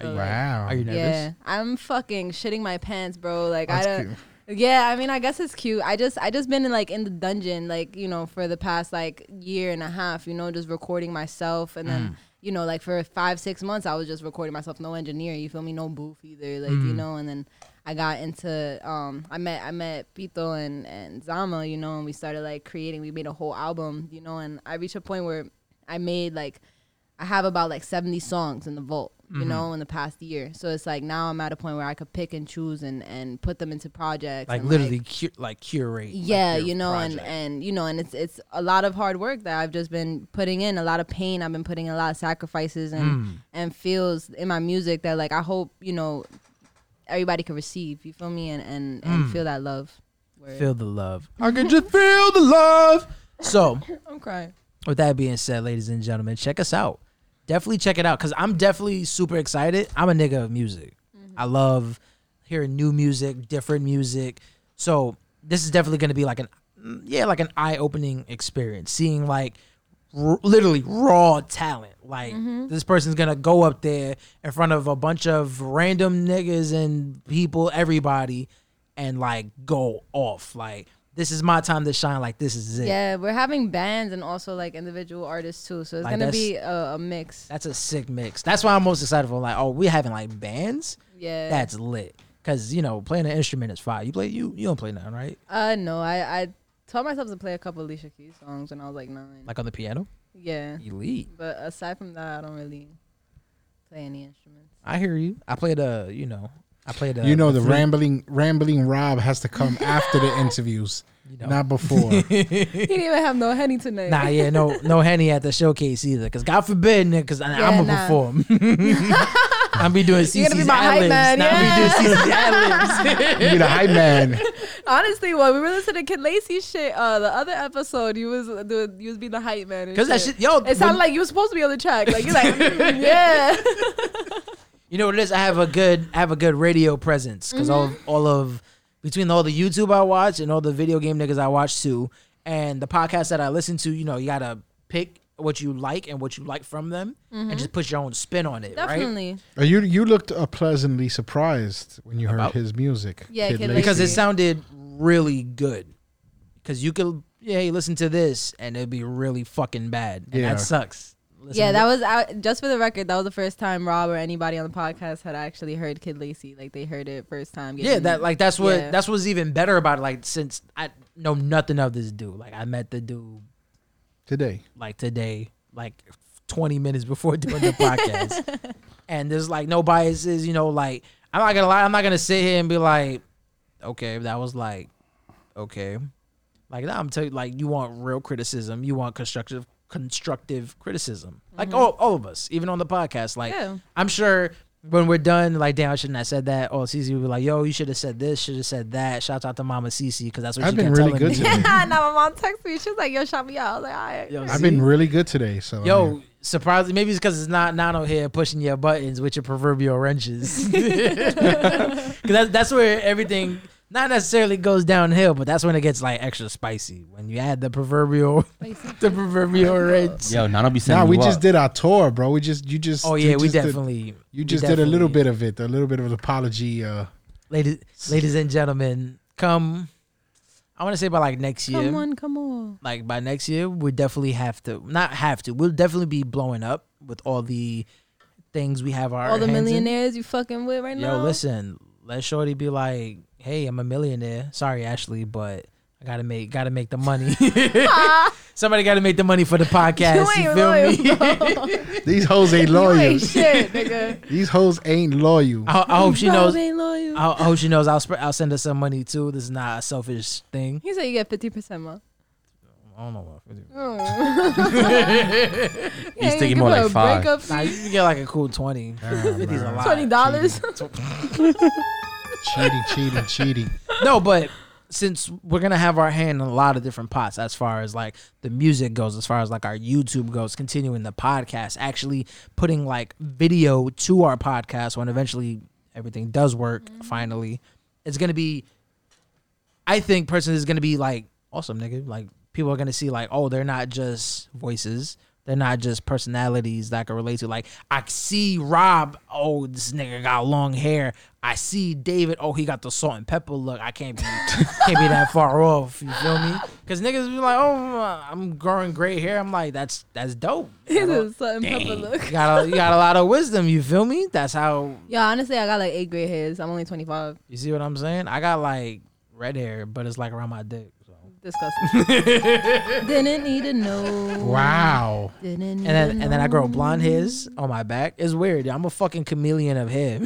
D: So, like,
C: Wow.
A: Are you nervous?
D: yeah, I'm fucking shitting my pants, bro. Like
C: That's
D: I don't. Yeah, I mean, I guess it's cute. I just, I just been in, like in the dungeon, like you know, for the past like year and a half. You know, just recording myself, and
A: Mm.
D: then you know, like for five, six months, I was just recording myself. No engineer, you feel me? No booth either, like
A: Mm-hmm.
D: you know. And then I got into, um, I met, I met Pito and and Zama, you know, and we started like creating. We made a whole album, you know. And I reached a point where I made like I have about like 70 songs in the vault, you
A: Mm-hmm.
D: know, in the past year. So it's like now I'm at a point where I could pick and choose and and put them into projects.
A: Like
D: and,
A: literally, cu- like curate. like,
D: yeah
A: your
D: you know and
A: project.
D: and you know and it's it's a lot of hard work that i've just been putting in a lot of pain i've been putting in a lot of sacrifices and
A: Hmm.
D: and feels in my music that like i hope you know everybody can receive you feel me and and, and feel that love Word.
A: Hmm. feel the love. I can just feel the love. So,
D: i'm crying
A: with that being said, ladies and gentlemen, check us out. Definitely check it out because I'm definitely super excited. I'm a nigga of music. I love hearing new music, different music. So this is definitely going to be like an mm, yeah, like an eye-opening experience. Seeing like r- literally raw talent. Like this person's gonna go up there in front of a bunch of random niggas and people, everybody, and like go off. Like this is my time to shine. Like this is it.
D: yeah we're having bands and also like individual artists too so it's
A: Like,
D: gonna
A: that's-
D: be a, a mix
A: That's a sick mix. That's why I'm most excited for. Like, oh, we're having like bands.
D: yeah
A: That's lit. Cause you know, playing an instrument is fire. You play you you don't play nothing, right?
D: uh no i i taught myself to play a couple alicia keys songs when i was like nine
A: Like on the piano.
D: yeah
A: Elite.
D: but aside from that i don't really play any instruments
A: I hear you. I played a you know I played a
C: You know the
A: flute.
C: rambling rambling Rob has to come after the interviews,
A: You know.
C: not before.
D: he didn't even have no henny tonight.
A: Nah, yeah, no, no henny at the showcase either. Cause God forbid, nigga, cause
D: Yeah,
A: I'ma
D: nah.
A: perform. I'm be doing
D: You're
A: CC's
D: gonna be my hype
A: ad-libs.
D: man,
A: Nah, I be doing CC's ad-libs.
C: you the hype man.
D: Honestly, when we were listening to Kid Lacey shit, uh, the other episode, you was the you was being the hype man. and
A: Cause that shit, yo,
D: It sounded
A: when-
D: like you were supposed to be on the track. Like you're like, mm, yeah.
A: you know what it is. I have a good, I have a good radio presence. because
D: Mm-hmm.
A: all, all of between all the YouTube I watch and all the video game niggas I watch too, and the podcasts that I listen to, you know, you gotta pick what you like and what you like from them, and just put your own spin on it, right?
D: Mm-hmm. Definitely.
C: Uh, You you looked uh, pleasantly surprised when you heard
A: About-
C: his music.
D: Yeah, Kid
C: Lacy.
A: because it
D: Lacey.
A: sounded really good. Because you could, yeah, hey, listen to this and it'd be really fucking bad, and
C: Yeah.
A: that sucks. Listen
D: Yeah,
A: to-
D: that was out, just for the record. That was the first time Rob or anybody on the podcast had actually heard Kid Lacey. Like they heard it first time.
A: yeah,
D: getting-
A: that like that's what
D: Yeah.
A: that's what's even better about it. Like since I know nothing of this dude, like I met the dude
C: today.
A: like today, like 20 minutes before doing the podcast. And there's like no biases, you know, like I'm not gonna lie, I'm not gonna sit here and be like, okay, that was like, okay. Like nah, I'm telling you, like you want real criticism, you want constructive constructive criticism. Like all, all of us, even on the podcast. Like
D: Yeah.
A: I'm sure when we're done, like damn, I shouldn't have said that. Or Cece would be like, yo, you should have said this, should have said that. Shout out to Mama Cece, because that's what
C: I've
A: she
C: been
A: kept
C: really
A: telling
C: good
A: me.
C: today.
D: now my mom texted me. She was like, "Yo, shout me out." I was like, "All right."
A: Yo,
C: I've
A: see?
C: been really good today. So I mean-
A: Yo, surprisingly, maybe it's because it's not Nano here pushing your buttons with your proverbial wrenches. Because that's, that's where everything not necessarily goes downhill, but that's when it gets like extra spicy when you add the proverbial the proverbial wrench.
B: Yo, Nana be sending
C: Nah,
B: you
C: we
B: up.
C: just did our tour, bro. We just you just
A: Oh yeah,
C: you
A: we
C: just did-
A: definitely.
C: you
A: we
C: just did a little
A: definitely-
C: bit of it, a little bit of an apology. Uh,
A: ladies, ladies and gentlemen. Come, I want to say by like next year.
D: Come on, come on.
A: like by next year we definitely have to not have to we'll definitely be blowing up with all the things we have our
D: All the
A: hands in.
D: millionaires you fucking with right now.
A: yo listen let shorty be like hey i'm a millionaire sorry ashley but i gotta make gotta make the money somebody gotta make the money for the podcast
D: You
A: you,
D: ain't
A: feel
D: loyal,
A: me
D: bro.
C: these hoes ain't
D: You ain't
C: loyal.
D: shit, nigga.
C: these hoes ain't loyal.
A: I, I hope she
D: Rob
A: knows
D: ain't loyal.
A: I, I hope she knows I'll, sp- I'll send her some money too this is not a selfish thing
D: He said you get fifty percent, ma.
A: i don't know what I'm gonna do.
B: He's thinking more like five.
A: nah, you can get like a cool 20 It is a lot.
D: Twenty dollars.
C: cheating, cheating, cheating.
A: no, but since we're gonna have our hand in a lot of different pots as far as like the music goes, as far as like our YouTube goes, continuing the podcast, actually putting like video to our podcast when eventually everything does work finally, it's gonna be I think personally is gonna be like awesome, nigga. Like people are gonna see like, oh, they're not just voices. They're not just personalities that I can relate to. Like I see Rob, oh this nigga got long hair. I see David, oh he got the salt and pepper look. I can't be can't be that far off. You feel me? Because niggas be like, oh I'm growing gray hair. I'm like that's that's dope.
D: He
A: I don't-
D: said something pepper look.
A: You got a, you got a lot of wisdom. You feel me? That's how
D: Yeah, honestly, I got like eight gray hairs. I'm only twenty five.
A: you see what I'm saying. I got like red hair, but it's like around my dick. So.
D: Disgusting. Didn't need to know.
C: Wow.
D: Didn't need
A: And then
D: to
A: and then I
D: know.
A: grow blonde hairs on my back. It's weird. I'm a fucking chameleon of hair.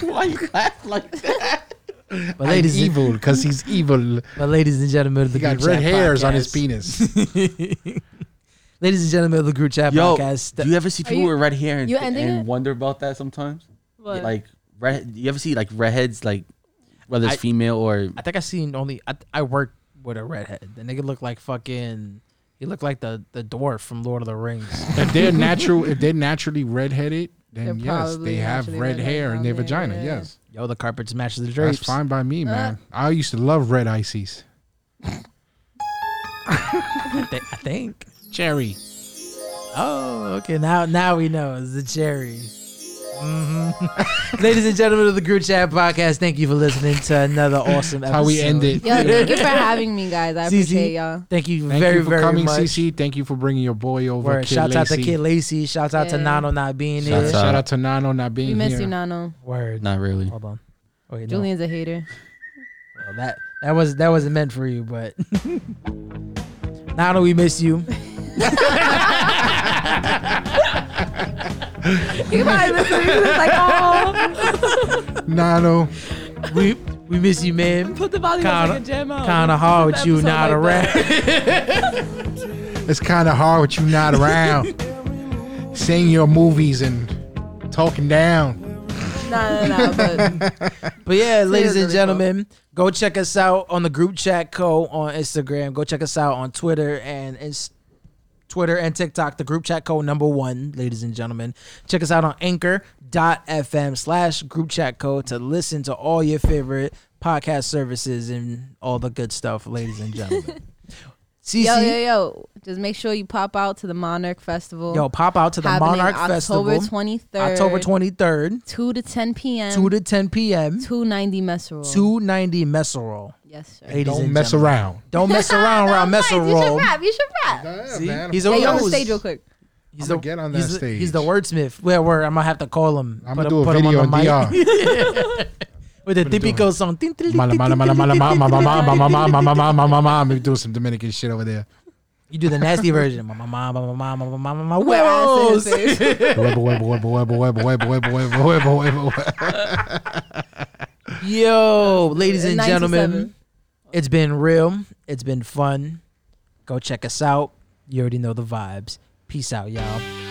B: Why you laugh like that?
A: But
C: I'm
A: ladies,
C: evil because he's evil.
A: but ladies and gentlemen of the
C: He got
A: group Chat
C: red hairs on his
A: Podcast.
C: penis.
A: Ladies and gentlemen of the group chat
B: Yo,
A: podcast.
B: do you ever see people
D: you-
B: with red hair and,
D: you ending
B: and
D: it?
B: wonder about that sometimes?
D: What?
B: Like red, you ever see like redheads like whether it's
A: I-
B: female or
A: I think I seen only I, I worked with a redhead. The nigga looked like fucking. He looked like the the dwarf from Lord of the Rings.
C: if they're natural, if they're naturally redheaded, then
D: They're
C: yes,
D: probably
C: they have
D: naturally
C: red
D: redheaded
C: hair in their
D: down there,
C: vagina.
D: yeah. Uh.
C: Yes,
A: Yo, the carpets match the drapes.
C: that's fine by me, man. I used to love red ices.
A: I, thi- I think.
C: Cherry.
A: Oh, okay. Now now we know it's the cherry. hmm Ladies and gentlemen of the group chat podcast, thank you for listening to another awesome episode.
C: That's how we end it.
D: Yo, thank you for having me, guys. I
A: Cece,
D: appreciate y'all.
A: Thank you
C: Thank
A: very
C: you for
A: very
C: coming,
A: much.
C: CC. Thank you for bringing your boy over.
A: Word.
C: Kid
A: Shout out to
C: Lacy.
A: Kid Lacey. Shout out to
D: Yeah.
A: Nano not being
B: Shout
A: here.
B: out.
C: Shout out to Nano not being
D: We miss
C: here.
D: you, Nano.
A: Word.
B: not
C: Oh,
B: really?
A: Hold on. Wait, no.
D: Julian's a hater.
A: Well, that that was that wasn't meant for you, but Nano, we miss you.
D: He probably listening. He's like, oh,
C: Nano.
A: We we miss you, man.
D: put the volume
A: up
D: up
A: Kinda- like
D: like a
A: a
D: jam out.
A: Kind of hard with you
D: Episode
A: not
D: like
A: around.
C: It's kind of hard with you not around. Seeing your movies and talking down.
D: No, no, no. But
A: But yeah, ladies and
D: really cool.
A: gentlemen, go check us out on the group chat co on Instagram. Go check us out on Twitter and Inst- Twitter and TikTok, the group chat co number one, ladies and gentlemen. Check us out on anchor.fm slash group chat co to listen to all your favorite podcast services and all the good stuff, ladies and gentlemen. CC,
D: yo,
A: yo,
D: yo, yo. Just make sure you pop out to the Monarch Festival.
A: pop out to the
D: happening
A: Monarch
D: October
A: Festival
D: 23rd.
A: October 23rd,
D: 2 to 10 p.m.
A: 2 to 10 p.m.,
D: 290 Messerol.
A: 290 Messerol.
D: Yes, sir.
A: Ladies
C: Don't
A: and
C: mess
A: gentlemen.
C: around.
A: Don't mess around around mess
D: Nice, You should
A: around.
D: rap. You should rap.
A: See?
C: He's
A: He's
C: a-
A: a-
D: Yeah, you on the
A: knows?
D: stage real quick.
A: He's
C: I'ma get on that
A: he's the-
C: stage.
A: he's the wordsmith. Where where I'm gonna have to call him.
C: I'm
A: Put
C: gonna
A: him-
C: do a
A: put him
C: video
A: on
C: on
A: the mic.
C: DR.
A: with a
C: What are you doing?
A: typical song. Ting, ting, ting,
C: Mala,
A: ting,
C: mala,
A: ting,
C: mala, mala,
A: ting, ting,
C: mala, mala,
A: ting,
C: mala,
A: ting,
C: mala,
A: ting,
C: mala, mala, mala, mala. Maybe doing some Dominican shit over there.
A: ting. You do the nasty version. Mama, mama, mama, mama, mama, mama.
D: Put ass
A: Huevos.
D: in his face.
C: Webba, webba, webba, webba, webba, webba, webba, webba, webba, webba, webba.
A: Yo, ladies and
D: 9 to
A: gentlemen,
D: 7.
A: it's been real. It's been fun. Go check us out. You already know the vibes. Peace out, y'all.